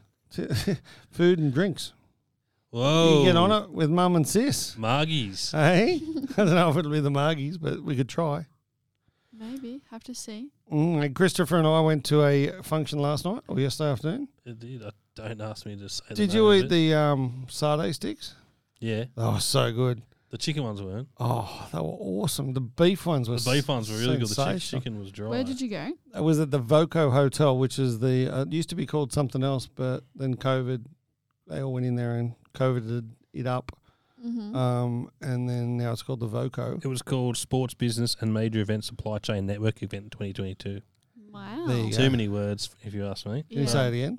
[SPEAKER 4] food and drinks.
[SPEAKER 3] Whoa.
[SPEAKER 4] You get
[SPEAKER 3] Oh.
[SPEAKER 4] on it Uh, with mum and sis.
[SPEAKER 3] Margies.
[SPEAKER 4] Hey, I don't know if it'll be the Margies, but we could try.
[SPEAKER 5] Maybe. Have to see.
[SPEAKER 4] Mm, and Christopher and I went to a function last night or yesterday afternoon.
[SPEAKER 3] It did. Uh, Don't ask me to say. the
[SPEAKER 4] Did
[SPEAKER 3] name
[SPEAKER 4] you
[SPEAKER 3] of
[SPEAKER 4] eat
[SPEAKER 3] it.
[SPEAKER 4] the um, sardine sticks?
[SPEAKER 3] Yeah,
[SPEAKER 4] Oh, so good.
[SPEAKER 3] the chicken ones weren't.
[SPEAKER 4] Oh, they were awesome. The beef ones were
[SPEAKER 3] The beef ones were really good. The chick-
[SPEAKER 4] sensational.
[SPEAKER 3] chicken was dry.
[SPEAKER 5] Where did you go?
[SPEAKER 4] It was at the Voco Hotel, which is the uh, it used to be called something else, but then COVID, they all went in there and COVIDed it up,
[SPEAKER 5] Mm-hmm.
[SPEAKER 4] um, and then now it's called the Voco.
[SPEAKER 3] It was called Sports Business and Major Event Supply Chain Network Event 2022.
[SPEAKER 5] wow.
[SPEAKER 4] There you go. Yeah.
[SPEAKER 3] Too many words, if you ask me.
[SPEAKER 4] Can you say it again?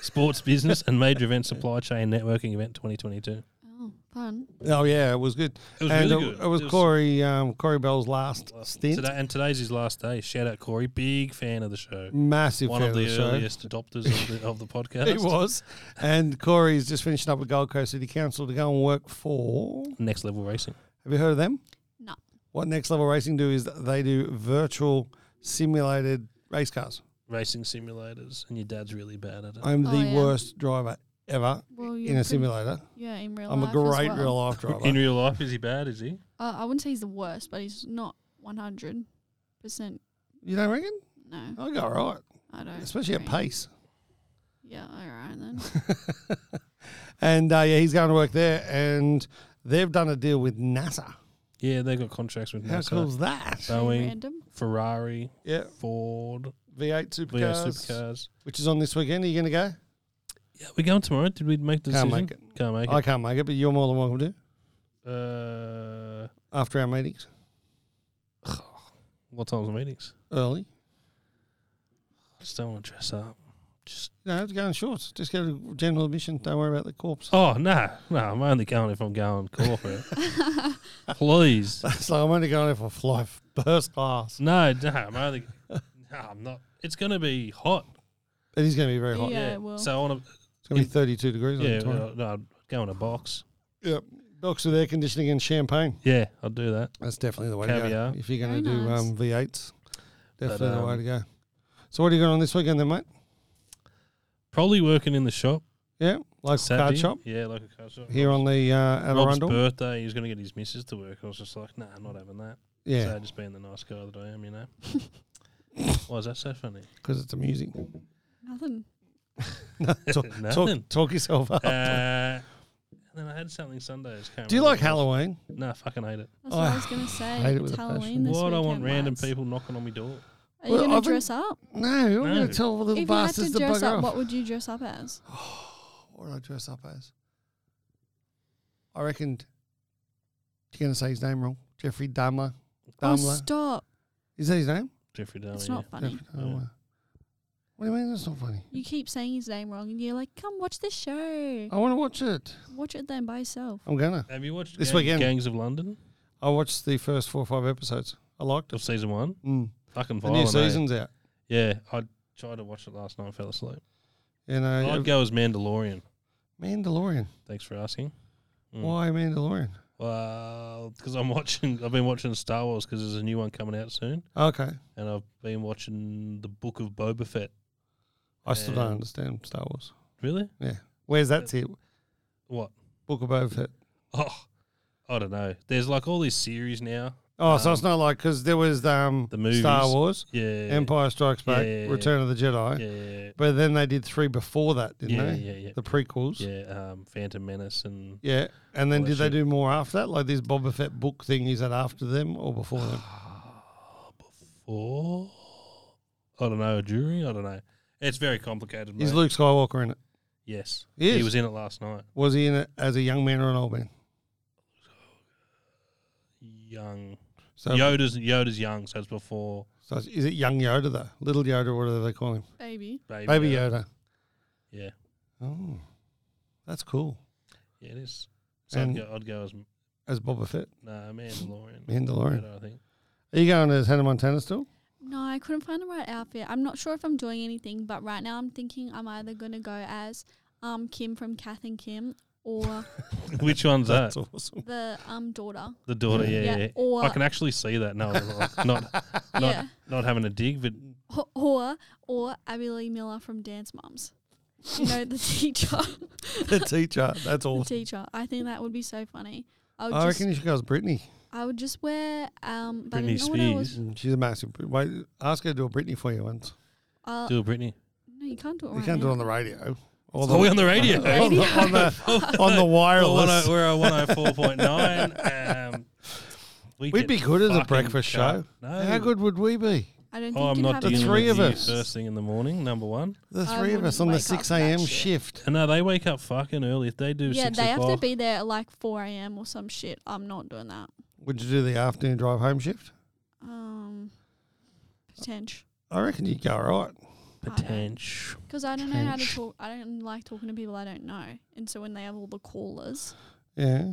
[SPEAKER 3] Sports Business and Major Event Supply Chain Networking Event 2022.
[SPEAKER 5] Oh, fun.
[SPEAKER 4] Oh yeah, it was good.
[SPEAKER 3] It was
[SPEAKER 4] and
[SPEAKER 3] really
[SPEAKER 4] it,
[SPEAKER 3] good.
[SPEAKER 4] it was Corey um, Corey Bell's last
[SPEAKER 3] last-
[SPEAKER 4] stint.
[SPEAKER 3] Today, and today's his last day. Shout out Corey, big fan of the show.
[SPEAKER 4] Massive
[SPEAKER 3] One
[SPEAKER 4] fan
[SPEAKER 3] of the,
[SPEAKER 4] show.
[SPEAKER 3] earliest adopters of the, of the podcast.
[SPEAKER 4] He was. And Corey's just finishing up with Gold Coast City Council to go and work for.
[SPEAKER 3] Next level racing.
[SPEAKER 4] Have you heard of them?
[SPEAKER 5] No.
[SPEAKER 4] What Next Level Racing do is they do virtual simulated race cars.
[SPEAKER 3] Racing simulators, and your dad's really bad at it.
[SPEAKER 4] I'm the
[SPEAKER 5] Oh, yeah.
[SPEAKER 4] worst driver ever
[SPEAKER 5] Well, you
[SPEAKER 4] in a
[SPEAKER 5] could-
[SPEAKER 4] simulator.
[SPEAKER 5] Yeah, in real
[SPEAKER 4] I'm a
[SPEAKER 5] life as
[SPEAKER 4] great
[SPEAKER 5] well.
[SPEAKER 4] real life driver.
[SPEAKER 3] In real life, is he bad? Is he?
[SPEAKER 5] Uh, I wouldn't say he's the worst, but he's not 100%.
[SPEAKER 4] you don't reckon?
[SPEAKER 5] No,
[SPEAKER 4] I go all right,
[SPEAKER 5] I don't.
[SPEAKER 4] especially at
[SPEAKER 5] think.
[SPEAKER 4] pace.
[SPEAKER 5] Yeah, all right then.
[SPEAKER 4] and uh, yeah, he's going to work there, and they've done a deal with NASA
[SPEAKER 3] Yeah, they got contracts with
[SPEAKER 4] How
[SPEAKER 3] NASA,
[SPEAKER 4] cool is that?
[SPEAKER 5] Pretty
[SPEAKER 3] Boeing,
[SPEAKER 5] Random.
[SPEAKER 3] Ferrari,
[SPEAKER 4] Yeah,
[SPEAKER 3] Ford,
[SPEAKER 4] V8
[SPEAKER 3] V8
[SPEAKER 4] supercars,
[SPEAKER 3] supercars.
[SPEAKER 4] which is on this weekend. Are you going to go?
[SPEAKER 3] Yeah, we going tomorrow. Did we make the
[SPEAKER 4] Can't
[SPEAKER 3] decision?
[SPEAKER 4] make it.
[SPEAKER 3] Can't make
[SPEAKER 4] I can't make it, but you're more than welcome to
[SPEAKER 3] it. Uh,
[SPEAKER 4] after our meetings
[SPEAKER 3] what time's the meetings?
[SPEAKER 4] early.
[SPEAKER 3] Just don't want to dress up. Just
[SPEAKER 4] You don't have to go in shorts. Just go to general admission. Don't worry about the corpse.
[SPEAKER 3] oh no, no. I'm only going if I'm going corporate. Please,
[SPEAKER 4] so I'm only going there for fly first class.
[SPEAKER 3] no, no. I'm only. No, I'm not. It's gonna be hot.
[SPEAKER 4] It is going to be very hot.
[SPEAKER 5] Yeah, it will.
[SPEAKER 3] So I want
[SPEAKER 4] It's going to be 32 degrees.
[SPEAKER 3] to.
[SPEAKER 4] Yeah,
[SPEAKER 3] Yeah,
[SPEAKER 4] on
[SPEAKER 3] uh, no, I'd go in a box.
[SPEAKER 4] yep. Box with air conditioning and champagne.
[SPEAKER 3] Yeah, I'll do that.
[SPEAKER 4] That's definitely the way
[SPEAKER 3] Caviar.
[SPEAKER 4] to go. If you're going to
[SPEAKER 5] Very
[SPEAKER 4] do
[SPEAKER 5] nice.
[SPEAKER 4] um, V8s, definitely the way
[SPEAKER 3] um,
[SPEAKER 4] to go. So what are you going on this weekend then, mate?
[SPEAKER 3] Probably working in the shop.
[SPEAKER 4] Yeah, local
[SPEAKER 3] Saturday.
[SPEAKER 4] card shop
[SPEAKER 3] Yeah, like a car shop.
[SPEAKER 4] here on the uh,
[SPEAKER 3] Rob's
[SPEAKER 4] Adirondack.
[SPEAKER 3] birthday, he was going to get his missus to work. I was just like, nah, I'm not having that.
[SPEAKER 4] Yeah,
[SPEAKER 3] So just being the nice guy that I am, you know. Why is that so funny?
[SPEAKER 4] because it's amusing.
[SPEAKER 5] Nothing.
[SPEAKER 4] Talk,
[SPEAKER 3] Nothing.
[SPEAKER 4] talk, talk yourself up.
[SPEAKER 3] Uh, and then I had something Sundays.
[SPEAKER 4] do you like Halloween?
[SPEAKER 3] No, I fucking hate it.
[SPEAKER 5] That's what
[SPEAKER 4] Oh,
[SPEAKER 5] I was gonna say.
[SPEAKER 4] hate it with
[SPEAKER 5] it's
[SPEAKER 4] a passion.
[SPEAKER 5] Halloween this
[SPEAKER 3] Why do I want
[SPEAKER 5] weekend,
[SPEAKER 3] random
[SPEAKER 5] lads.
[SPEAKER 3] people knocking on my door?
[SPEAKER 5] Are you
[SPEAKER 4] Well,
[SPEAKER 5] gonna
[SPEAKER 4] I've been-
[SPEAKER 5] dress up?
[SPEAKER 4] No, I'm going
[SPEAKER 3] No.
[SPEAKER 4] to tell the little
[SPEAKER 5] If you had
[SPEAKER 4] bastards
[SPEAKER 5] to
[SPEAKER 4] to,
[SPEAKER 5] dress
[SPEAKER 4] bugger
[SPEAKER 5] up,
[SPEAKER 4] off.
[SPEAKER 5] what would you dress up as?
[SPEAKER 4] What would I dress up as? I reckon. You're going to say his name wrong. Jeffrey Dahmer.
[SPEAKER 5] Oh,
[SPEAKER 4] Dahmer.
[SPEAKER 5] stop!
[SPEAKER 4] Is that his name?
[SPEAKER 3] Jeffrey Dahmer.
[SPEAKER 5] It's
[SPEAKER 3] yeah.
[SPEAKER 5] not funny.
[SPEAKER 4] Jeffrey Dahmer. What do you mean that's not funny?
[SPEAKER 5] You keep saying his name wrong, and you're like, "Come watch the show.
[SPEAKER 4] I want to watch it.
[SPEAKER 5] Watch it then by yourself."
[SPEAKER 4] I'm going to.
[SPEAKER 3] Have you watched
[SPEAKER 4] This
[SPEAKER 3] Gang-
[SPEAKER 4] weekend.
[SPEAKER 3] Gangs of London
[SPEAKER 4] I watched the first four or five episodes. I liked it.
[SPEAKER 3] of season one?
[SPEAKER 4] Mm.
[SPEAKER 3] Fucking
[SPEAKER 4] The new
[SPEAKER 3] violent. eh?
[SPEAKER 4] season's out.
[SPEAKER 3] Yeah, I tried to watch it last night, and fell asleep.
[SPEAKER 4] You know,
[SPEAKER 3] I'd go as Mandalorian.
[SPEAKER 4] Mandalorian.
[SPEAKER 3] Thanks for asking. Mm.
[SPEAKER 4] Why Mandalorian?
[SPEAKER 3] Well, because I'm watching. I've been watching Star Wars because there's a new one coming out soon,
[SPEAKER 4] Okay.
[SPEAKER 3] and I've been watching the Book of Boba Fett.
[SPEAKER 4] I still don't
[SPEAKER 3] Um,
[SPEAKER 4] understand Star Wars.
[SPEAKER 3] Really?
[SPEAKER 4] Where's that to?
[SPEAKER 3] What?
[SPEAKER 4] Book of Boba Fett.
[SPEAKER 3] Oh, I don't know. There's like all these series now.
[SPEAKER 4] Oh, so
[SPEAKER 3] Um,
[SPEAKER 4] it's not like because there was um,
[SPEAKER 3] the movies.
[SPEAKER 4] Star Wars,
[SPEAKER 3] Yeah.
[SPEAKER 4] Empire Strikes Back,
[SPEAKER 3] Yeah.
[SPEAKER 4] Return of the Jedi,
[SPEAKER 3] Yeah.
[SPEAKER 4] but then they did three before that, didn't
[SPEAKER 3] Yeah,
[SPEAKER 4] they?
[SPEAKER 3] yeah, yeah.
[SPEAKER 4] The prequels. Yeah.
[SPEAKER 3] Yeah. Oh, Um, Phantom Menace and
[SPEAKER 4] And then
[SPEAKER 3] All that
[SPEAKER 4] did they
[SPEAKER 3] shit.
[SPEAKER 4] do more after that? Like this Boba Fett book thing, is that after them or before them?
[SPEAKER 3] four. uh, I don't know. A jury. I don't know. It's very complicated.
[SPEAKER 4] Is
[SPEAKER 3] mate.
[SPEAKER 4] Luke Skywalker in it?
[SPEAKER 3] yes.
[SPEAKER 4] He
[SPEAKER 3] He
[SPEAKER 4] is.
[SPEAKER 3] was in it last night.
[SPEAKER 4] Was he in it as a young man or an old man?
[SPEAKER 3] Young.
[SPEAKER 4] So,
[SPEAKER 3] Yoda's Yoda's young, so it's before
[SPEAKER 4] so is it young Yoda though? Little Yoda, whatever they call him.
[SPEAKER 5] Baby,
[SPEAKER 3] Baby,
[SPEAKER 4] Baby
[SPEAKER 3] Yoda.
[SPEAKER 4] Yoda.
[SPEAKER 3] Yeah.
[SPEAKER 4] Oh, that's cool.
[SPEAKER 3] Yeah, it is. So
[SPEAKER 4] And-
[SPEAKER 3] I'd go, I'd go as
[SPEAKER 4] As Boba Fett,
[SPEAKER 3] nah, Mandalorian.
[SPEAKER 4] Mandalorian.
[SPEAKER 3] Yoda, I think.
[SPEAKER 4] Are you going as Hannah Montana still?
[SPEAKER 5] No, I couldn't find the right outfit. I'm not sure if I'm doing anything, but right now I'm thinking I'm either gonna go as um Kim from Kath and Kim or
[SPEAKER 3] Which one's that?
[SPEAKER 4] That's awesome.
[SPEAKER 5] the um daughter.
[SPEAKER 3] The daughter, yeah.
[SPEAKER 5] Yeah,
[SPEAKER 3] yeah.
[SPEAKER 5] or-
[SPEAKER 3] I can actually see that now. like, not
[SPEAKER 5] Yeah.
[SPEAKER 3] not having a dig, but
[SPEAKER 5] Ho- Or or Abby Lee Miller from Dance Moms. You know the teacher.
[SPEAKER 4] the teacher. That's
[SPEAKER 5] the
[SPEAKER 4] awesome.
[SPEAKER 5] teacher. I think that would be so funny. I would
[SPEAKER 4] I
[SPEAKER 5] just
[SPEAKER 4] reckon you should go as Britney.
[SPEAKER 5] I would just wear um but I
[SPEAKER 3] Britney
[SPEAKER 5] didn't know what I was
[SPEAKER 3] Spears.
[SPEAKER 4] Mm, She's a massive. Brit- Wait, ask her to do a Britney for you once.
[SPEAKER 5] uh,
[SPEAKER 3] Do a Britney.
[SPEAKER 5] no you can't do it
[SPEAKER 4] you
[SPEAKER 5] right
[SPEAKER 4] can't do it
[SPEAKER 5] now.
[SPEAKER 4] on the radio. Or
[SPEAKER 3] Are we on the radio?
[SPEAKER 4] on the, on the, on the
[SPEAKER 3] Well, one
[SPEAKER 4] wireless.
[SPEAKER 3] oh- we're on 104.9. Um, we
[SPEAKER 4] We'd
[SPEAKER 3] get
[SPEAKER 4] be good at a
[SPEAKER 3] fucking
[SPEAKER 4] breakfast
[SPEAKER 3] cut.
[SPEAKER 4] show.
[SPEAKER 3] No.
[SPEAKER 4] How good would we be?
[SPEAKER 5] I don't think
[SPEAKER 3] Oh, I'm
[SPEAKER 5] you'd
[SPEAKER 3] not
[SPEAKER 5] have
[SPEAKER 4] The
[SPEAKER 3] dealing
[SPEAKER 5] to-
[SPEAKER 4] three
[SPEAKER 3] with
[SPEAKER 4] of
[SPEAKER 3] you
[SPEAKER 4] us.
[SPEAKER 3] First thing in the morning, number one.
[SPEAKER 4] The
[SPEAKER 5] I
[SPEAKER 4] three of us on the
[SPEAKER 5] wouldn't wake up for
[SPEAKER 4] 6
[SPEAKER 5] that
[SPEAKER 4] a.m.
[SPEAKER 5] shit.
[SPEAKER 4] shift.
[SPEAKER 3] And no, they wake up fucking early. If they do
[SPEAKER 5] Yeah,
[SPEAKER 3] six
[SPEAKER 5] they have
[SPEAKER 3] o'clock,
[SPEAKER 5] to be there at like four AM or some shit. I'm not doing that.
[SPEAKER 4] Would you do the afternoon drive home shift?
[SPEAKER 5] Um potential.
[SPEAKER 4] I reckon you'd go all right.
[SPEAKER 3] potential.
[SPEAKER 5] Because I don't know how to
[SPEAKER 4] Trench.
[SPEAKER 5] talk. I don't like talking to people I don't know. And so when they have all the callers,
[SPEAKER 4] Yeah.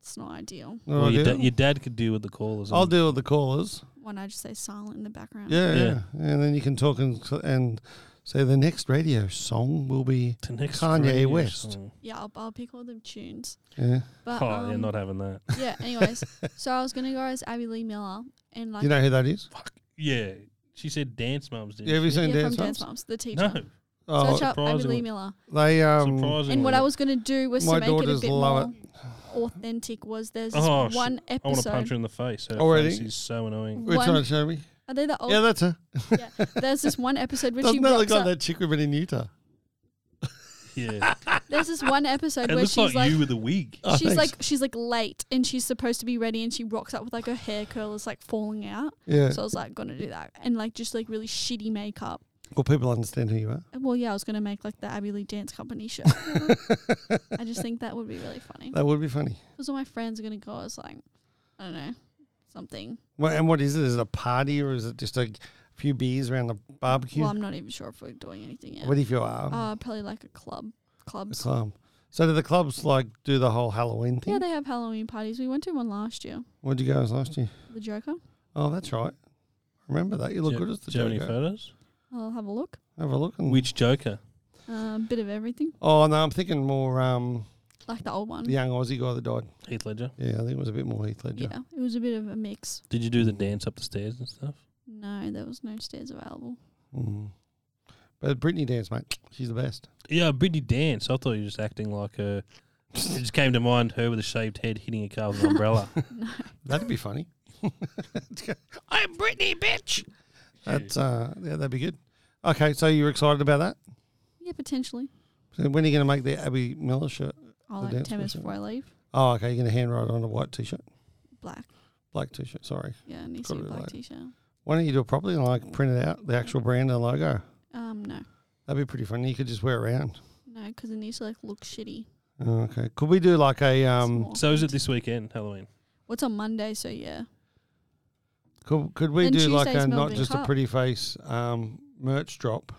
[SPEAKER 5] it's not ideal.
[SPEAKER 4] No
[SPEAKER 3] well, your,
[SPEAKER 4] idea.
[SPEAKER 3] da- your dad could deal with the callers.
[SPEAKER 4] Oh, I'll deal with the callers.
[SPEAKER 5] When I just say silent in the background.
[SPEAKER 4] Yeah,
[SPEAKER 3] Yeah.
[SPEAKER 4] yeah. And then you can talk and, and say the next radio song will be.
[SPEAKER 3] the next
[SPEAKER 4] Kanye
[SPEAKER 3] radio
[SPEAKER 4] West.
[SPEAKER 3] song.
[SPEAKER 5] Yeah, I'll, I'll pick all the tunes.
[SPEAKER 4] Yeah.
[SPEAKER 5] But
[SPEAKER 3] Oh,
[SPEAKER 5] um,
[SPEAKER 3] yeah, not having that.
[SPEAKER 5] yeah, anyways. so I was going to go as Abby Lee Miller. And like,
[SPEAKER 4] You know who that is?
[SPEAKER 3] Yeah, she said dance mums did.
[SPEAKER 4] Yeah, have you
[SPEAKER 5] yeah,
[SPEAKER 4] seen
[SPEAKER 5] from
[SPEAKER 4] Dance Moms?
[SPEAKER 5] Dance Moms, the teacher.
[SPEAKER 3] no,
[SPEAKER 5] Search
[SPEAKER 4] Oh,
[SPEAKER 5] up Abby
[SPEAKER 3] surprisingly.
[SPEAKER 5] Lee Miller.
[SPEAKER 4] they um.
[SPEAKER 3] surprisingly.
[SPEAKER 5] And what I was going to do was
[SPEAKER 4] My
[SPEAKER 5] to make it a
[SPEAKER 4] daughters
[SPEAKER 5] bit
[SPEAKER 4] love
[SPEAKER 5] more authentic was there's this
[SPEAKER 3] Oh,
[SPEAKER 5] one
[SPEAKER 3] shit. I want to punch
[SPEAKER 5] episode.
[SPEAKER 3] her in the face. Her
[SPEAKER 4] Oh, really?
[SPEAKER 3] face is so annoying.
[SPEAKER 4] Which
[SPEAKER 5] one-
[SPEAKER 4] one, Jeremy?
[SPEAKER 5] Are they the old?
[SPEAKER 4] Yeah, that's her.
[SPEAKER 5] There's this one episode where she
[SPEAKER 4] Doesn't that look
[SPEAKER 5] rocks
[SPEAKER 4] like
[SPEAKER 5] up.
[SPEAKER 4] that chick we've been in Utah?
[SPEAKER 3] Yeah.
[SPEAKER 5] There's this one episode
[SPEAKER 6] It
[SPEAKER 5] where
[SPEAKER 6] looks
[SPEAKER 5] she's
[SPEAKER 6] like,
[SPEAKER 5] like,
[SPEAKER 6] you with a wig.
[SPEAKER 4] Oh,
[SPEAKER 5] she's
[SPEAKER 4] thanks.
[SPEAKER 5] like she's like late and she's supposed to be ready and she rocks up with like her hair curl is like falling out.
[SPEAKER 4] Yeah.
[SPEAKER 5] So I was like gonna do that and like just like really shitty makeup.
[SPEAKER 4] Well, people understand who you are.
[SPEAKER 5] And, Well, yeah, I was gonna make like the Abbey Lee Dance Company shirt. I just think that would be really funny
[SPEAKER 4] That would be funny.
[SPEAKER 5] because all my friends are gonna go. I was like, I don't know, something.
[SPEAKER 4] Well, and what is it? Is it a party or is it just a few beers around the barbecue?
[SPEAKER 5] Well, I'm not even sure if we're doing anything yet.
[SPEAKER 4] What if you are?
[SPEAKER 5] Uh, probably like a club,
[SPEAKER 4] The
[SPEAKER 5] clubs.
[SPEAKER 4] club. So do the clubs like do the whole Halloween thing?
[SPEAKER 5] Yeah, they have Halloween parties. We went to one last year.
[SPEAKER 4] Where'd you go as last year?
[SPEAKER 5] The Joker.
[SPEAKER 4] Oh, that's right. Remember that. You look
[SPEAKER 3] Do-
[SPEAKER 4] good as the
[SPEAKER 3] Do you have any
[SPEAKER 4] Joker.
[SPEAKER 3] photos?
[SPEAKER 5] I'll have a look. Uh,
[SPEAKER 4] Have a look. And
[SPEAKER 6] Which Joker?
[SPEAKER 5] A bit of everything,
[SPEAKER 4] oh no, I'm thinking more um
[SPEAKER 5] like the old one.
[SPEAKER 4] the young Aussie guy that died.
[SPEAKER 3] Heath Ledger.
[SPEAKER 4] Yeah, I think it was a bit more Heath Ledger.
[SPEAKER 5] yeah, it was a bit of a mix.
[SPEAKER 6] Did you do the dance up the stairs and stuff?
[SPEAKER 5] No, there was no stairs available.
[SPEAKER 4] Mm. But Britney dance, mate. She's the best.
[SPEAKER 3] Yeah, Britney dance. I thought you were just acting like a. It just came to mind her with a shaved head hitting a car with an umbrella.
[SPEAKER 4] That'd be funny. I'm Britney, bitch. That's uh, yeah, that'd be good. Okay, so you're excited about that?
[SPEAKER 5] Yeah, potentially.
[SPEAKER 4] So when are you going to make the Abby Miller shirt?
[SPEAKER 5] I'll
[SPEAKER 4] The
[SPEAKER 5] like
[SPEAKER 4] dance
[SPEAKER 5] ten minutes
[SPEAKER 4] was-
[SPEAKER 5] before I leave.
[SPEAKER 4] Oh, okay. You're going to handwrite on a white t-shirt,
[SPEAKER 5] Black.
[SPEAKER 4] black t-shirt. Sorry.
[SPEAKER 5] Yeah, it needs to be a
[SPEAKER 4] Probably black.
[SPEAKER 5] black t-shirt.
[SPEAKER 4] Why don't you do it properly and like print it out the actual brand and logo?
[SPEAKER 5] Um, no,
[SPEAKER 4] That'd be pretty funny. You could just wear it around.
[SPEAKER 5] no, because it needs to like look shitty.
[SPEAKER 4] Oh, okay. Could we do like a um?
[SPEAKER 5] Small.
[SPEAKER 3] so is it this weekend, Halloween?
[SPEAKER 5] What's on Monday? So yeah,
[SPEAKER 4] Could could we
[SPEAKER 5] Then
[SPEAKER 4] do like
[SPEAKER 5] Tuesday's
[SPEAKER 4] a not
[SPEAKER 5] Melbourne
[SPEAKER 4] just a
[SPEAKER 5] Cup.
[SPEAKER 4] pretty face um merch drop,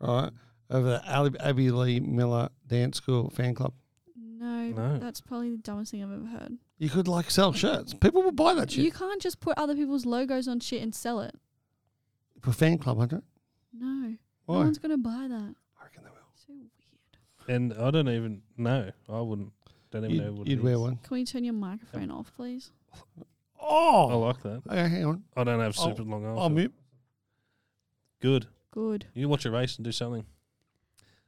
[SPEAKER 4] right? Over the Ali- Abby Lee Miller Dance School fan club.
[SPEAKER 5] no,
[SPEAKER 3] No.
[SPEAKER 5] that's probably the dumbest thing I've ever heard.
[SPEAKER 4] You could like sell shirts. People will buy that shit.
[SPEAKER 5] You can't just put other people's logos on shit and sell it.
[SPEAKER 4] For fan club, I don't.
[SPEAKER 5] No,
[SPEAKER 4] Why?
[SPEAKER 5] no one's gonna buy that.
[SPEAKER 4] I reckon they will.
[SPEAKER 5] So weird.
[SPEAKER 3] And I don't even know. I wouldn't. Don't even know
[SPEAKER 4] You'd,
[SPEAKER 3] what
[SPEAKER 4] you'd
[SPEAKER 3] it
[SPEAKER 4] wear
[SPEAKER 3] is.
[SPEAKER 4] one.
[SPEAKER 5] Can we turn your microphone off, please?
[SPEAKER 3] I
[SPEAKER 4] Oh.
[SPEAKER 3] like that.
[SPEAKER 4] Okay, hang on.
[SPEAKER 3] I don't have
[SPEAKER 4] I'll-
[SPEAKER 3] super long arms.
[SPEAKER 4] I'll mute.
[SPEAKER 3] Good.
[SPEAKER 5] Good.
[SPEAKER 3] You watch a race and do something.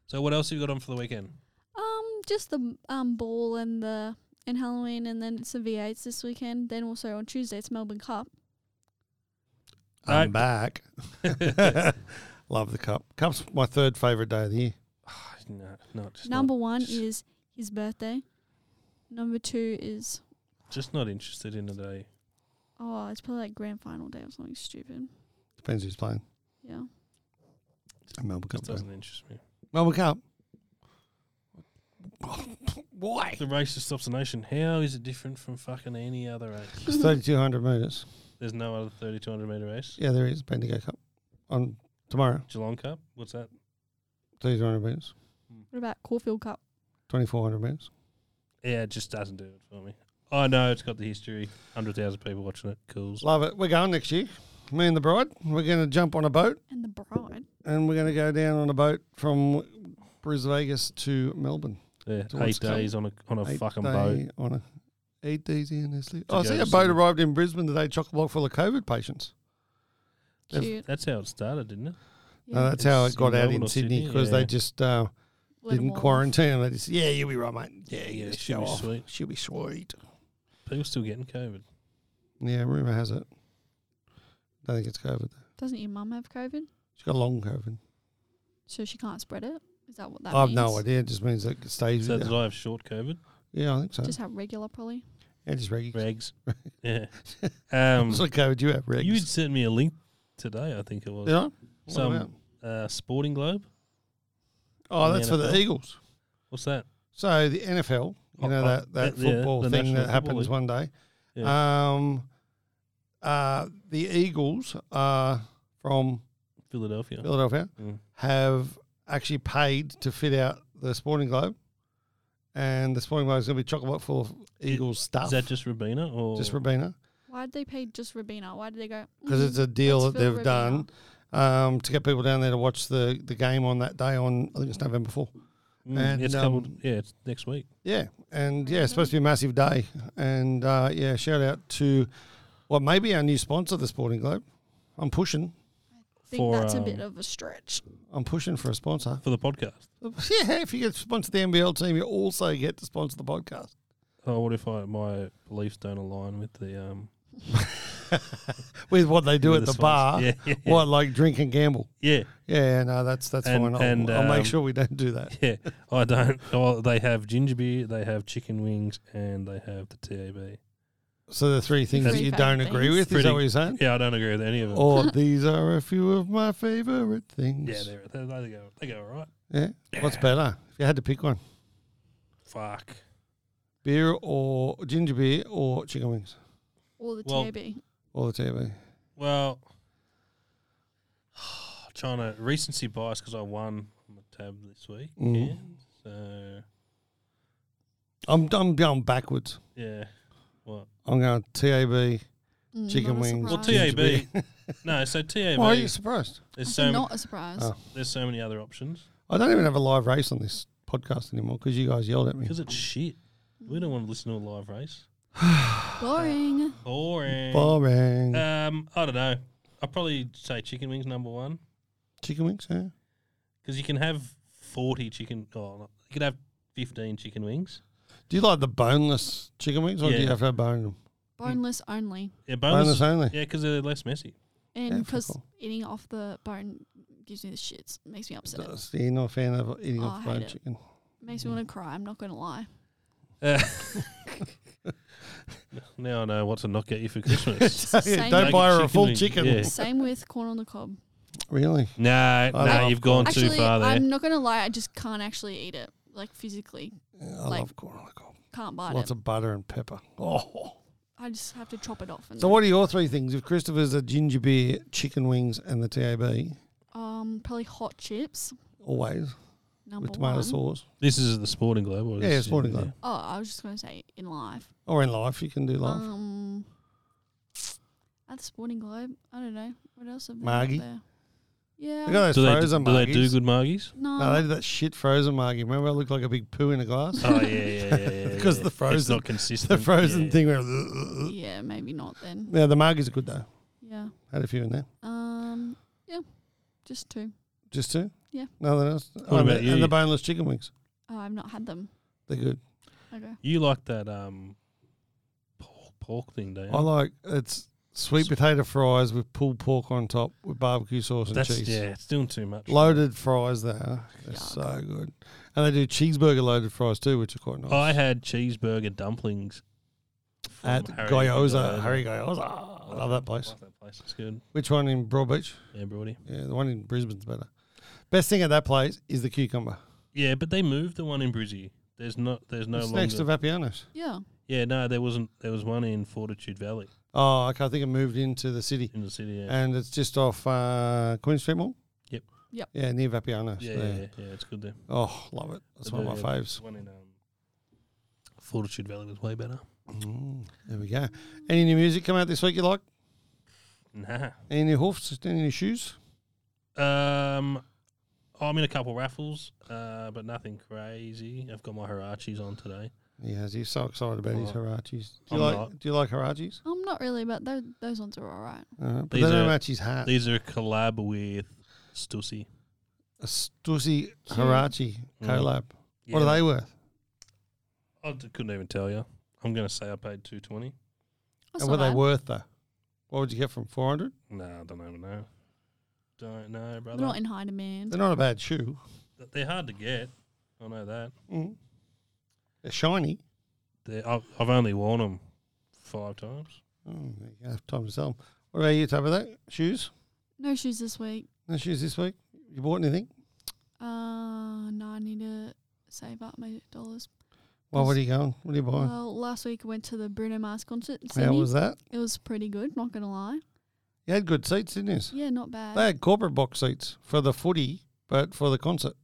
[SPEAKER 3] So what else have you got on for the weekend?
[SPEAKER 5] Um, just the um ball and the and Halloween, and then it's the V8s this weekend. Then also on Tuesday it's Melbourne Cup.
[SPEAKER 4] I'm
[SPEAKER 3] Uh,
[SPEAKER 4] back. Love the cup. Cup's my third favorite day of the year.
[SPEAKER 3] No, not just
[SPEAKER 5] Number one
[SPEAKER 3] just-
[SPEAKER 5] is his birthday. Number two is
[SPEAKER 3] Not, just not interested in today.
[SPEAKER 5] oh, it's probably like grand final day or something stupid.
[SPEAKER 4] Depends who's playing.
[SPEAKER 5] Yeah,
[SPEAKER 4] Melbourne Cup.
[SPEAKER 3] Just
[SPEAKER 4] Day.
[SPEAKER 3] doesn't interest me.
[SPEAKER 4] Melbourne Cup. Why?
[SPEAKER 3] The race that stops the nation. How is it different from fucking any other race?
[SPEAKER 4] It's 3,200 metres.
[SPEAKER 3] There's no other 3,200 meter race.
[SPEAKER 4] Yeah, there is Bendigo Cup on tomorrow.
[SPEAKER 3] Geelong Cup. What's that?
[SPEAKER 4] 3,200 metres.
[SPEAKER 5] What about Caulfield Cup?
[SPEAKER 4] 2,400 metres.
[SPEAKER 3] Yeah, it just doesn't do it for me. I know it's got the history. Hundred thousand people watching it. Cool.
[SPEAKER 4] Love it. We're going next year. Me and the bride. We're going to jump on a boat.
[SPEAKER 5] And the bride.
[SPEAKER 4] and we're going to go down on a boat from Bris Vegas to Melbourne.
[SPEAKER 3] Yeah,
[SPEAKER 4] So what's
[SPEAKER 3] eight
[SPEAKER 4] coming?
[SPEAKER 3] days on a on a
[SPEAKER 4] Eight
[SPEAKER 3] fucking
[SPEAKER 4] day
[SPEAKER 3] boat.
[SPEAKER 4] on a eight days in their sleep. Oh, I
[SPEAKER 3] go
[SPEAKER 4] see
[SPEAKER 3] to
[SPEAKER 4] a boat
[SPEAKER 3] Sydney.
[SPEAKER 4] arrived in Brisbane today, chock a block full of COVID patients. They've-
[SPEAKER 5] Cute.
[SPEAKER 3] That's how it started, didn't it?
[SPEAKER 5] Yeah.
[SPEAKER 4] No, uh, that's how
[SPEAKER 3] It's
[SPEAKER 4] it got
[SPEAKER 3] in
[SPEAKER 4] out
[SPEAKER 3] Melbourne
[SPEAKER 4] in
[SPEAKER 3] or
[SPEAKER 4] Sydney
[SPEAKER 3] Sydney,
[SPEAKER 4] because
[SPEAKER 3] yeah.
[SPEAKER 4] they just uh,
[SPEAKER 5] Let 'em
[SPEAKER 4] didn't
[SPEAKER 5] all off.
[SPEAKER 4] quarantine. They just yeah, you'll be right, mate. Yeah, yeah,
[SPEAKER 3] it
[SPEAKER 4] just
[SPEAKER 3] should
[SPEAKER 4] go
[SPEAKER 3] be
[SPEAKER 4] off.
[SPEAKER 3] sweet.
[SPEAKER 4] She'll be sweet.
[SPEAKER 3] People still getting COVID.
[SPEAKER 4] Yeah, rumor has it. I think it's COVID.
[SPEAKER 5] Doesn't your mum have COVID?
[SPEAKER 4] She's got long COVID.
[SPEAKER 5] So she can't spread it? Is that what that
[SPEAKER 4] I've
[SPEAKER 5] means?
[SPEAKER 4] no idea. It just means it stays.
[SPEAKER 3] So
[SPEAKER 4] with
[SPEAKER 3] did
[SPEAKER 4] you.
[SPEAKER 3] I have short COVID?
[SPEAKER 4] yeah, I think so.
[SPEAKER 5] Just have regular probably.
[SPEAKER 4] yeah, just regular.
[SPEAKER 3] Regs. yeah. Um,
[SPEAKER 4] It's like COVID. You have regs.
[SPEAKER 3] you'd sent me a link today. I think it was
[SPEAKER 4] yeah. What
[SPEAKER 3] Some-
[SPEAKER 4] about?
[SPEAKER 3] uh, Sporting Globe.
[SPEAKER 4] Oh,
[SPEAKER 3] in the
[SPEAKER 4] that's for the
[SPEAKER 3] NFL.
[SPEAKER 4] Eagles.
[SPEAKER 3] What's that?
[SPEAKER 4] So the NFL, you
[SPEAKER 3] Oh,
[SPEAKER 4] know
[SPEAKER 3] oh,
[SPEAKER 4] that, that
[SPEAKER 3] yeah,
[SPEAKER 4] football
[SPEAKER 3] the
[SPEAKER 4] thing
[SPEAKER 3] National
[SPEAKER 4] that
[SPEAKER 3] Football
[SPEAKER 4] happens
[SPEAKER 3] League.
[SPEAKER 4] one day. Um, uh, the Eagles uh, from
[SPEAKER 3] Philadelphia.
[SPEAKER 4] Philadelphia
[SPEAKER 3] Mm.
[SPEAKER 4] have actually paid to fit out the Sporting Globe, and the Sporting Globe is going to be chock a block full of Eagles stuff.
[SPEAKER 3] Is that just Rabina or
[SPEAKER 4] just Rabina?
[SPEAKER 5] Why'd they pay just Rabina? Why did they go?
[SPEAKER 4] Because
[SPEAKER 5] "Mhm,
[SPEAKER 4] it's a deal
[SPEAKER 5] let's
[SPEAKER 4] that
[SPEAKER 5] fill
[SPEAKER 4] they've
[SPEAKER 5] Rabina."
[SPEAKER 4] done um, to get people down there to watch the, the game on that day on I think it's November four.
[SPEAKER 3] Mm,
[SPEAKER 4] and,
[SPEAKER 3] it's coupled.
[SPEAKER 4] um,
[SPEAKER 3] Yeah, it's next week.
[SPEAKER 4] Yeah, and yeah, it's
[SPEAKER 5] Mm-hmm.
[SPEAKER 4] supposed to be a massive day. And uh, yeah, shout out to well, maybe our new sponsor, the Sporting Globe. I'm pushing.
[SPEAKER 5] think
[SPEAKER 3] for,
[SPEAKER 5] that's a bit
[SPEAKER 3] um,
[SPEAKER 5] of a stretch.
[SPEAKER 4] I'm pushing for a sponsor.
[SPEAKER 3] for the podcast.
[SPEAKER 4] Yeah, if you get to sponsor the NBL team, you also get to sponsor the podcast.
[SPEAKER 3] Oh, what if I my beliefs don't align with the um
[SPEAKER 4] with what they do
[SPEAKER 3] With
[SPEAKER 4] at the
[SPEAKER 3] the sponsors.
[SPEAKER 4] bar.
[SPEAKER 3] Yeah, yeah, yeah.
[SPEAKER 4] What, like drink and gamble?
[SPEAKER 3] Yeah,
[SPEAKER 4] Yeah, no, that's that's
[SPEAKER 3] And-
[SPEAKER 4] fine. I'll,
[SPEAKER 3] and,
[SPEAKER 4] I'll make
[SPEAKER 3] um,
[SPEAKER 4] sure we don't do that.
[SPEAKER 3] yeah. I don't. Oh, they have ginger beer, they have chicken wings, and they have the TAB.
[SPEAKER 4] So the three things
[SPEAKER 5] That's
[SPEAKER 4] that you
[SPEAKER 5] pretty
[SPEAKER 4] don't
[SPEAKER 5] bad
[SPEAKER 4] agree
[SPEAKER 5] things.
[SPEAKER 4] with is that
[SPEAKER 3] Pretty-
[SPEAKER 4] what you're saying?
[SPEAKER 3] Yeah, I don't agree with any of them.
[SPEAKER 4] Or these are a few of my favourite things.
[SPEAKER 3] yeah, they're, they they go. They go all right.
[SPEAKER 4] Yeah? What's better? If you had to pick one,
[SPEAKER 3] Fuck.
[SPEAKER 4] beer or ginger beer or chicken wings
[SPEAKER 5] All the
[SPEAKER 3] Well,
[SPEAKER 5] TAB.
[SPEAKER 4] or the TV.
[SPEAKER 3] Well, trying to recency bias because I won on the tab this week.
[SPEAKER 4] Mm.
[SPEAKER 3] Yeah. So
[SPEAKER 4] I'm I'm going backwards.
[SPEAKER 3] yeah. What?
[SPEAKER 4] I'm going TAB.
[SPEAKER 5] Mm,
[SPEAKER 4] Chicken
[SPEAKER 5] not a
[SPEAKER 4] wings.
[SPEAKER 3] Well,
[SPEAKER 5] surprise.
[SPEAKER 4] Ginger
[SPEAKER 3] TAB.
[SPEAKER 4] beer.
[SPEAKER 3] No, so TAB.
[SPEAKER 4] Why are you surprised?
[SPEAKER 5] I
[SPEAKER 3] There's
[SPEAKER 5] said
[SPEAKER 3] so m-
[SPEAKER 5] not a surprise.
[SPEAKER 4] Oh.
[SPEAKER 3] there's so many other options
[SPEAKER 4] I don't even have a live race on this podcast anymore because you guys yelled at me.
[SPEAKER 3] because it's shit. We don't want to listen to a live race.
[SPEAKER 5] Mm.
[SPEAKER 4] Mm.
[SPEAKER 5] Boring.
[SPEAKER 3] Boring.
[SPEAKER 4] Boring.
[SPEAKER 3] Um, I don't know. I'd probably say chicken wings number one
[SPEAKER 4] chicken wings, yeah.
[SPEAKER 3] because you can have forty chicken. Oh, no, you could have fifteen chicken wings.
[SPEAKER 4] Do you like the boneless chicken wings or do you
[SPEAKER 3] Yeah.
[SPEAKER 4] have to have bone them?
[SPEAKER 5] Boneless only.
[SPEAKER 3] Yeah,
[SPEAKER 4] Boneless
[SPEAKER 3] bonus.
[SPEAKER 4] only.
[SPEAKER 3] Yeah, because they're less messy.
[SPEAKER 5] And
[SPEAKER 4] fuck
[SPEAKER 5] because
[SPEAKER 4] off.
[SPEAKER 5] eating off the bone gives me the shits. Makes me upset.
[SPEAKER 4] That's the no fan of eating
[SPEAKER 5] Oh,
[SPEAKER 4] off
[SPEAKER 5] I hate
[SPEAKER 4] bone
[SPEAKER 5] it.
[SPEAKER 4] chicken.
[SPEAKER 5] Makes me want to cry. I'm not going to lie.
[SPEAKER 3] Uh, now I know what to not get you for Christmas.
[SPEAKER 4] Yeah,
[SPEAKER 5] Same
[SPEAKER 4] don't
[SPEAKER 5] with-
[SPEAKER 4] buy her a
[SPEAKER 3] Chicken
[SPEAKER 4] full
[SPEAKER 3] wings,
[SPEAKER 4] chicken.
[SPEAKER 3] yeah.
[SPEAKER 5] Same with corn on the cob.
[SPEAKER 4] Really?
[SPEAKER 3] no, no,
[SPEAKER 4] love
[SPEAKER 3] you've gone
[SPEAKER 5] Actually,
[SPEAKER 3] too far there.
[SPEAKER 5] I'm not going to lie. I just can't actually eat it. Like physically,
[SPEAKER 4] Yeah, I
[SPEAKER 5] Like,
[SPEAKER 4] love corn on the cob.
[SPEAKER 5] can't bite
[SPEAKER 4] Lots
[SPEAKER 5] it.
[SPEAKER 4] of butter and pepper. Oh.
[SPEAKER 5] I just have to chop it off. And
[SPEAKER 4] So, what are your three things? If Christopher's a ginger beer, chicken wings, and the TAB,
[SPEAKER 5] Um, probably hot chips.
[SPEAKER 4] always
[SPEAKER 5] Number
[SPEAKER 4] with tomato
[SPEAKER 5] one.
[SPEAKER 4] sauce,
[SPEAKER 3] this is the Sporting Globe. or
[SPEAKER 4] Yeah,
[SPEAKER 3] this-
[SPEAKER 4] Sporting Globe.
[SPEAKER 5] Oh, I was just going to say in life.
[SPEAKER 4] or in life, you can do life.
[SPEAKER 5] Um, at the Sporting Globe, I don't know what else. Have they got
[SPEAKER 4] Margie?
[SPEAKER 5] There? Yeah.
[SPEAKER 4] They got those
[SPEAKER 3] Do they,
[SPEAKER 4] frozen
[SPEAKER 3] do they do
[SPEAKER 4] Margies.
[SPEAKER 3] good margies?
[SPEAKER 5] no.
[SPEAKER 4] No, they did that shit frozen margie. Remember, I looked like a big poo in a glass.
[SPEAKER 3] Oh yeah, yeah, yeah, yeah.
[SPEAKER 4] Because
[SPEAKER 3] yeah.
[SPEAKER 4] the frozen-
[SPEAKER 3] it's not consistent.
[SPEAKER 4] the frozen
[SPEAKER 3] yeah.
[SPEAKER 4] thing. Where,
[SPEAKER 5] yeah, maybe not then.
[SPEAKER 4] yeah, the margies are good though.
[SPEAKER 5] Yeah.
[SPEAKER 4] Had a few in there.
[SPEAKER 5] Um. Yeah. Just two.
[SPEAKER 4] Just two.
[SPEAKER 5] Yeah.
[SPEAKER 4] Nothing else. Oh, and
[SPEAKER 3] about
[SPEAKER 4] the-
[SPEAKER 3] you?
[SPEAKER 4] And the boneless chicken wings.
[SPEAKER 5] Oh, I've not had them.
[SPEAKER 4] They're good.
[SPEAKER 5] Okay.
[SPEAKER 3] You like that um pork, pork thing, don't you?
[SPEAKER 4] I like it's sweet potato fries with pulled pork on top with barbecue sauce and
[SPEAKER 3] That's
[SPEAKER 4] cheese.
[SPEAKER 3] yeah, it's doing too much.
[SPEAKER 4] Loaded fries there. They're
[SPEAKER 5] Yuck.
[SPEAKER 4] so good. And they do cheeseburger loaded fries too, which are quite nice.
[SPEAKER 3] I had cheeseburger dumplings from
[SPEAKER 4] At
[SPEAKER 3] Harry
[SPEAKER 4] Goyoza, Harry Goyoza. I love that place.
[SPEAKER 3] Like that place. It's good.
[SPEAKER 4] Which one in Broad Beach?
[SPEAKER 3] Yeah, Brody.
[SPEAKER 4] Yeah, the one in Brisbane's better. Best thing at that place is the cucumber.
[SPEAKER 3] Yeah, but they moved the one in Brizzy. There's not. There's no
[SPEAKER 4] it's
[SPEAKER 3] longer.
[SPEAKER 4] next to Vapiano's.
[SPEAKER 5] Yeah.
[SPEAKER 3] yeah, no, there wasn't. There was one in Fortitude Valley
[SPEAKER 4] Oh, okay. I think it moved into the city.
[SPEAKER 3] in the city. Yeah,
[SPEAKER 4] And it's just off uh, Queen Street Mall?
[SPEAKER 3] Yep.
[SPEAKER 5] Yep.
[SPEAKER 4] Yeah, near Vapiano's.
[SPEAKER 3] yeah,
[SPEAKER 4] there.
[SPEAKER 3] yeah, yeah, yeah, It's good there.
[SPEAKER 4] Oh, love it. That's
[SPEAKER 3] But
[SPEAKER 4] one
[SPEAKER 3] the-
[SPEAKER 4] of my faves.
[SPEAKER 3] The one in um, Fortitude Valley was way better.
[SPEAKER 4] Mm, there we go. Any new music come out this week you like?
[SPEAKER 3] Nah.
[SPEAKER 4] Any new hoofs? Any new shoes?
[SPEAKER 3] Um, I'm in a couple raffles, uh, but nothing crazy. I've got my Hirachis on today.
[SPEAKER 4] He has. He's so excited about his
[SPEAKER 3] Oh,
[SPEAKER 4] Hirachis. Do
[SPEAKER 3] I'm
[SPEAKER 4] you like?
[SPEAKER 3] not.
[SPEAKER 4] Do you like Hirachis?
[SPEAKER 5] I'm not really, but those those ones are all right.
[SPEAKER 4] Uh, but they
[SPEAKER 3] These
[SPEAKER 4] don't
[SPEAKER 3] are-
[SPEAKER 4] match his hat.
[SPEAKER 3] These are a collab with Stussy.
[SPEAKER 4] A Stussy
[SPEAKER 5] Cute.
[SPEAKER 4] Hirachi
[SPEAKER 3] Mm.
[SPEAKER 4] collab. What are they worth?
[SPEAKER 3] I d- couldn't even tell you. I'm gonna say I paid two twenty.
[SPEAKER 5] That's
[SPEAKER 4] and what
[SPEAKER 5] not
[SPEAKER 4] are they
[SPEAKER 5] bad.
[SPEAKER 4] worth though? What would you get from four hundred?
[SPEAKER 3] Nah, I don't even know. Don't know,
[SPEAKER 5] They're
[SPEAKER 3] brother.
[SPEAKER 5] not in high demand.
[SPEAKER 4] They're not a bad shoe.
[SPEAKER 3] Th- They're hard to get. I know that.
[SPEAKER 4] Mm. They're shiny.
[SPEAKER 3] They're, I've, I've only worn them five times.
[SPEAKER 4] Mm, there you go. Time to sell 'em. What about you, Tabitha? Shoes?
[SPEAKER 5] No shoes this week.
[SPEAKER 4] No shoes this week. You bought anything?
[SPEAKER 5] Uh, no, I need to save up my dollars.
[SPEAKER 4] Well, what
[SPEAKER 5] Yes.
[SPEAKER 4] are you going? What are you buying?
[SPEAKER 5] Well, last week I went to the Bruno Mars concert. In
[SPEAKER 4] How
[SPEAKER 5] Uh, Sydney.
[SPEAKER 4] was that?
[SPEAKER 5] It was pretty good, not gonna lie.
[SPEAKER 4] You had good seats, didn't you?
[SPEAKER 5] Yeah, not bad.
[SPEAKER 4] They had corporate box seats for the footy, but for the concert.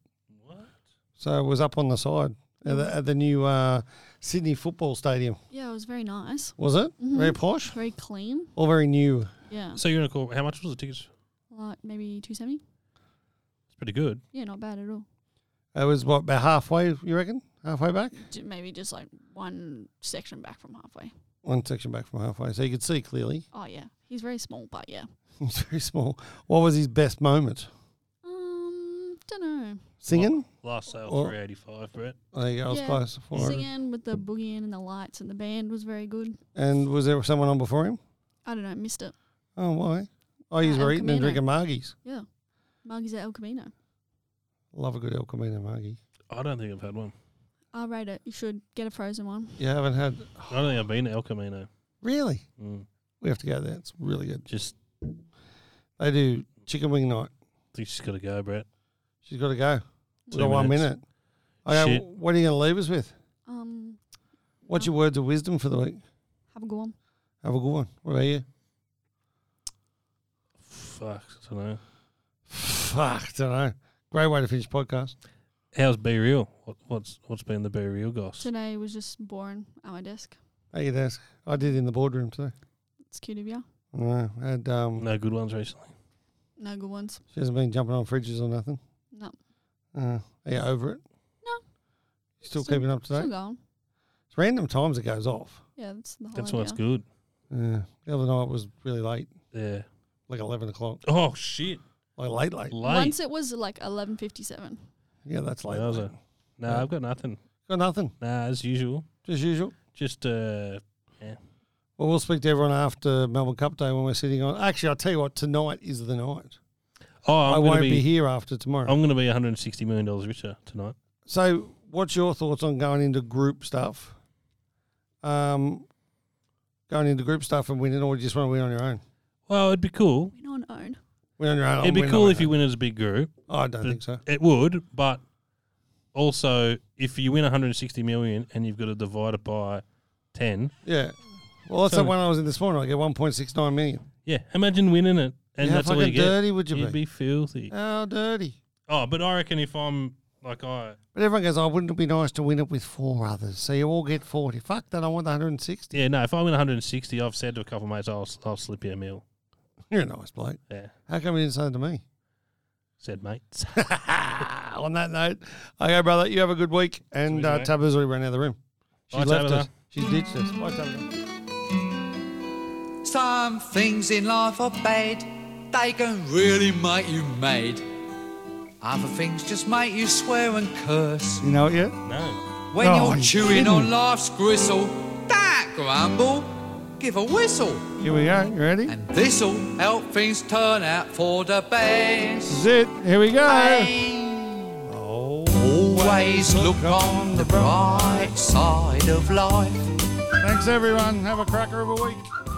[SPEAKER 3] What?
[SPEAKER 4] So it was up on the side at the, at the new uh, Sydney Football Stadium.
[SPEAKER 5] yeah, it was very nice.
[SPEAKER 4] Was it
[SPEAKER 5] Mhm.
[SPEAKER 4] very posh
[SPEAKER 5] Very clean.
[SPEAKER 4] or very new?
[SPEAKER 5] Yeah,
[SPEAKER 3] So you're gonna call? How much was the tickets?
[SPEAKER 5] like maybe two seventy.
[SPEAKER 3] It's pretty good.
[SPEAKER 5] Yeah, not bad at all.
[SPEAKER 4] It was what about halfway? You reckon halfway back?
[SPEAKER 5] J- Maybe just like one section back from halfway.
[SPEAKER 4] One section back from halfway, so you could see clearly.
[SPEAKER 5] Oh yeah, he's very small, but yeah.
[SPEAKER 4] It's very small. What was his best moment?
[SPEAKER 5] Um, don't know.
[SPEAKER 4] Singing.
[SPEAKER 3] Last sale
[SPEAKER 4] Or-
[SPEAKER 3] three eighty five, Brett.
[SPEAKER 4] Oh, there you go. I was
[SPEAKER 5] Yeah,
[SPEAKER 4] close. 400.
[SPEAKER 5] Singing with the boogieing and the lights and the band was very good.
[SPEAKER 4] And was there someone on before him?
[SPEAKER 5] I don't know, missed it.
[SPEAKER 4] Oh, why? Oh, he's
[SPEAKER 5] Uh, El
[SPEAKER 4] were eating and
[SPEAKER 5] Camino.
[SPEAKER 4] drinking margies.
[SPEAKER 5] Yeah. Margie's at El Camino.
[SPEAKER 4] Love a good El Camino margie.
[SPEAKER 3] I don't think I've had one.
[SPEAKER 5] I'll rate it. You should get a frozen one.
[SPEAKER 4] You haven't had.
[SPEAKER 3] I don't think I've been to El Camino.
[SPEAKER 4] Really?
[SPEAKER 3] Mm.
[SPEAKER 4] We have to go there. It's really good.
[SPEAKER 3] Just
[SPEAKER 4] They do chicken wing night.
[SPEAKER 3] I think she's got to go, Brett.
[SPEAKER 4] She's got to go. We've
[SPEAKER 3] Two
[SPEAKER 4] got one
[SPEAKER 3] minutes.
[SPEAKER 4] minute. Okay,
[SPEAKER 3] Shit.
[SPEAKER 4] wh- what are you going to leave us with?
[SPEAKER 5] Um,
[SPEAKER 4] What's your words of wisdom for the week?
[SPEAKER 5] have a good one.
[SPEAKER 4] Have a good one. What about you?
[SPEAKER 3] Fuck, I don't know.
[SPEAKER 4] Fuck, don't know. Great way to finish podcast.
[SPEAKER 3] How's Be Real? What, what's what's been the Be Real goss?
[SPEAKER 5] Today was just boring at my desk.
[SPEAKER 4] Hey, you desk. I did in the boardroom too.
[SPEAKER 5] It's cute of you.
[SPEAKER 4] No, I had um,
[SPEAKER 3] No good ones recently.
[SPEAKER 5] No good ones.
[SPEAKER 4] she hasn't been jumping on fridges or nothing.
[SPEAKER 5] No.
[SPEAKER 4] Uh, are you over it?
[SPEAKER 5] No.
[SPEAKER 4] You still,
[SPEAKER 5] Still-
[SPEAKER 4] keeping up to
[SPEAKER 5] Still
[SPEAKER 4] date?
[SPEAKER 5] going.
[SPEAKER 4] It's random times it goes off.
[SPEAKER 5] Yeah, that's the whole
[SPEAKER 3] That's
[SPEAKER 5] idea.
[SPEAKER 3] why it's good.
[SPEAKER 4] Yeah. The other night was really late,
[SPEAKER 3] Yeah.
[SPEAKER 4] like eleven o'clock,
[SPEAKER 3] Oh shit.
[SPEAKER 4] like late, late.
[SPEAKER 3] Late.
[SPEAKER 5] Once it was like 11.57.
[SPEAKER 4] Yeah, that's late.
[SPEAKER 3] That was
[SPEAKER 4] late.
[SPEAKER 3] it. No,
[SPEAKER 4] Yeah.
[SPEAKER 3] I've got nothing.
[SPEAKER 4] Got nothing,
[SPEAKER 3] Nah, as usual.
[SPEAKER 4] just usual.
[SPEAKER 3] Just uh
[SPEAKER 4] Well, we'll speak to everyone after Melbourne Cup Day when we're sitting on. Actually, I'll tell you what. Tonight is the night.
[SPEAKER 3] oh, I'm
[SPEAKER 4] I
[SPEAKER 3] gonna
[SPEAKER 4] won't
[SPEAKER 3] be,
[SPEAKER 4] be, here after tomorrow.
[SPEAKER 3] I'm gonna be 160 million dollars richer tonight.
[SPEAKER 4] so, what's your thoughts on going into group stuff? Um, going into group stuff and winning, or you just want to win on your own?
[SPEAKER 3] Well, it'd be cool.
[SPEAKER 5] Win on own.
[SPEAKER 4] Win on your own.
[SPEAKER 3] it'd be cool if you win as a big group.
[SPEAKER 4] Win. I don't think so.
[SPEAKER 3] It would, but also if you win 160 million and you've got to divide it by 10,
[SPEAKER 4] Yeah. Well, that's
[SPEAKER 3] So-
[SPEAKER 4] the one I was in this morning. I get one point six nine million.
[SPEAKER 3] yeah, imagine winning it and
[SPEAKER 4] yeah,
[SPEAKER 3] that's all
[SPEAKER 4] fucking
[SPEAKER 3] you get.
[SPEAKER 4] dirty would you
[SPEAKER 3] You'd
[SPEAKER 4] be?
[SPEAKER 3] be filthy.
[SPEAKER 4] How dirty.
[SPEAKER 3] Oh, but I reckon if I'm like I
[SPEAKER 4] But everyone goes, oh, wouldn't it be nice to win it with four others? So you all get 40. Fuck that, I want the 160.
[SPEAKER 3] yeah, no, if I win 160, I've said to a couple of mates, I'll I'll slip you a meal.
[SPEAKER 4] You're a nice bloke.
[SPEAKER 3] Yeah,
[SPEAKER 4] How come you didn't say it to me?
[SPEAKER 3] said mates.
[SPEAKER 4] On that note, okay, brother, you have a good week. And
[SPEAKER 3] Sweet,
[SPEAKER 4] uh,
[SPEAKER 3] mate.
[SPEAKER 4] Tabitha's already run out of the room. She's
[SPEAKER 3] Bye,
[SPEAKER 4] left
[SPEAKER 3] Tabitha.
[SPEAKER 4] us. She's ditched us. Bye, Tabitha.
[SPEAKER 7] Some things in life are bad, they can really make you mad. Other things just make you swear and curse.
[SPEAKER 4] You know it yet?
[SPEAKER 3] No,
[SPEAKER 7] When
[SPEAKER 4] No,
[SPEAKER 7] you're
[SPEAKER 4] you
[SPEAKER 7] chewing on
[SPEAKER 4] didn't.
[SPEAKER 7] life's gristle, don't grumble, give a whistle,
[SPEAKER 4] Here we go. You ready?
[SPEAKER 7] and this'll help things turn out for the best.
[SPEAKER 4] This is it. Here we go.
[SPEAKER 7] Always look on the bright side of life.
[SPEAKER 4] Thanks, everyone. Have a cracker of a week.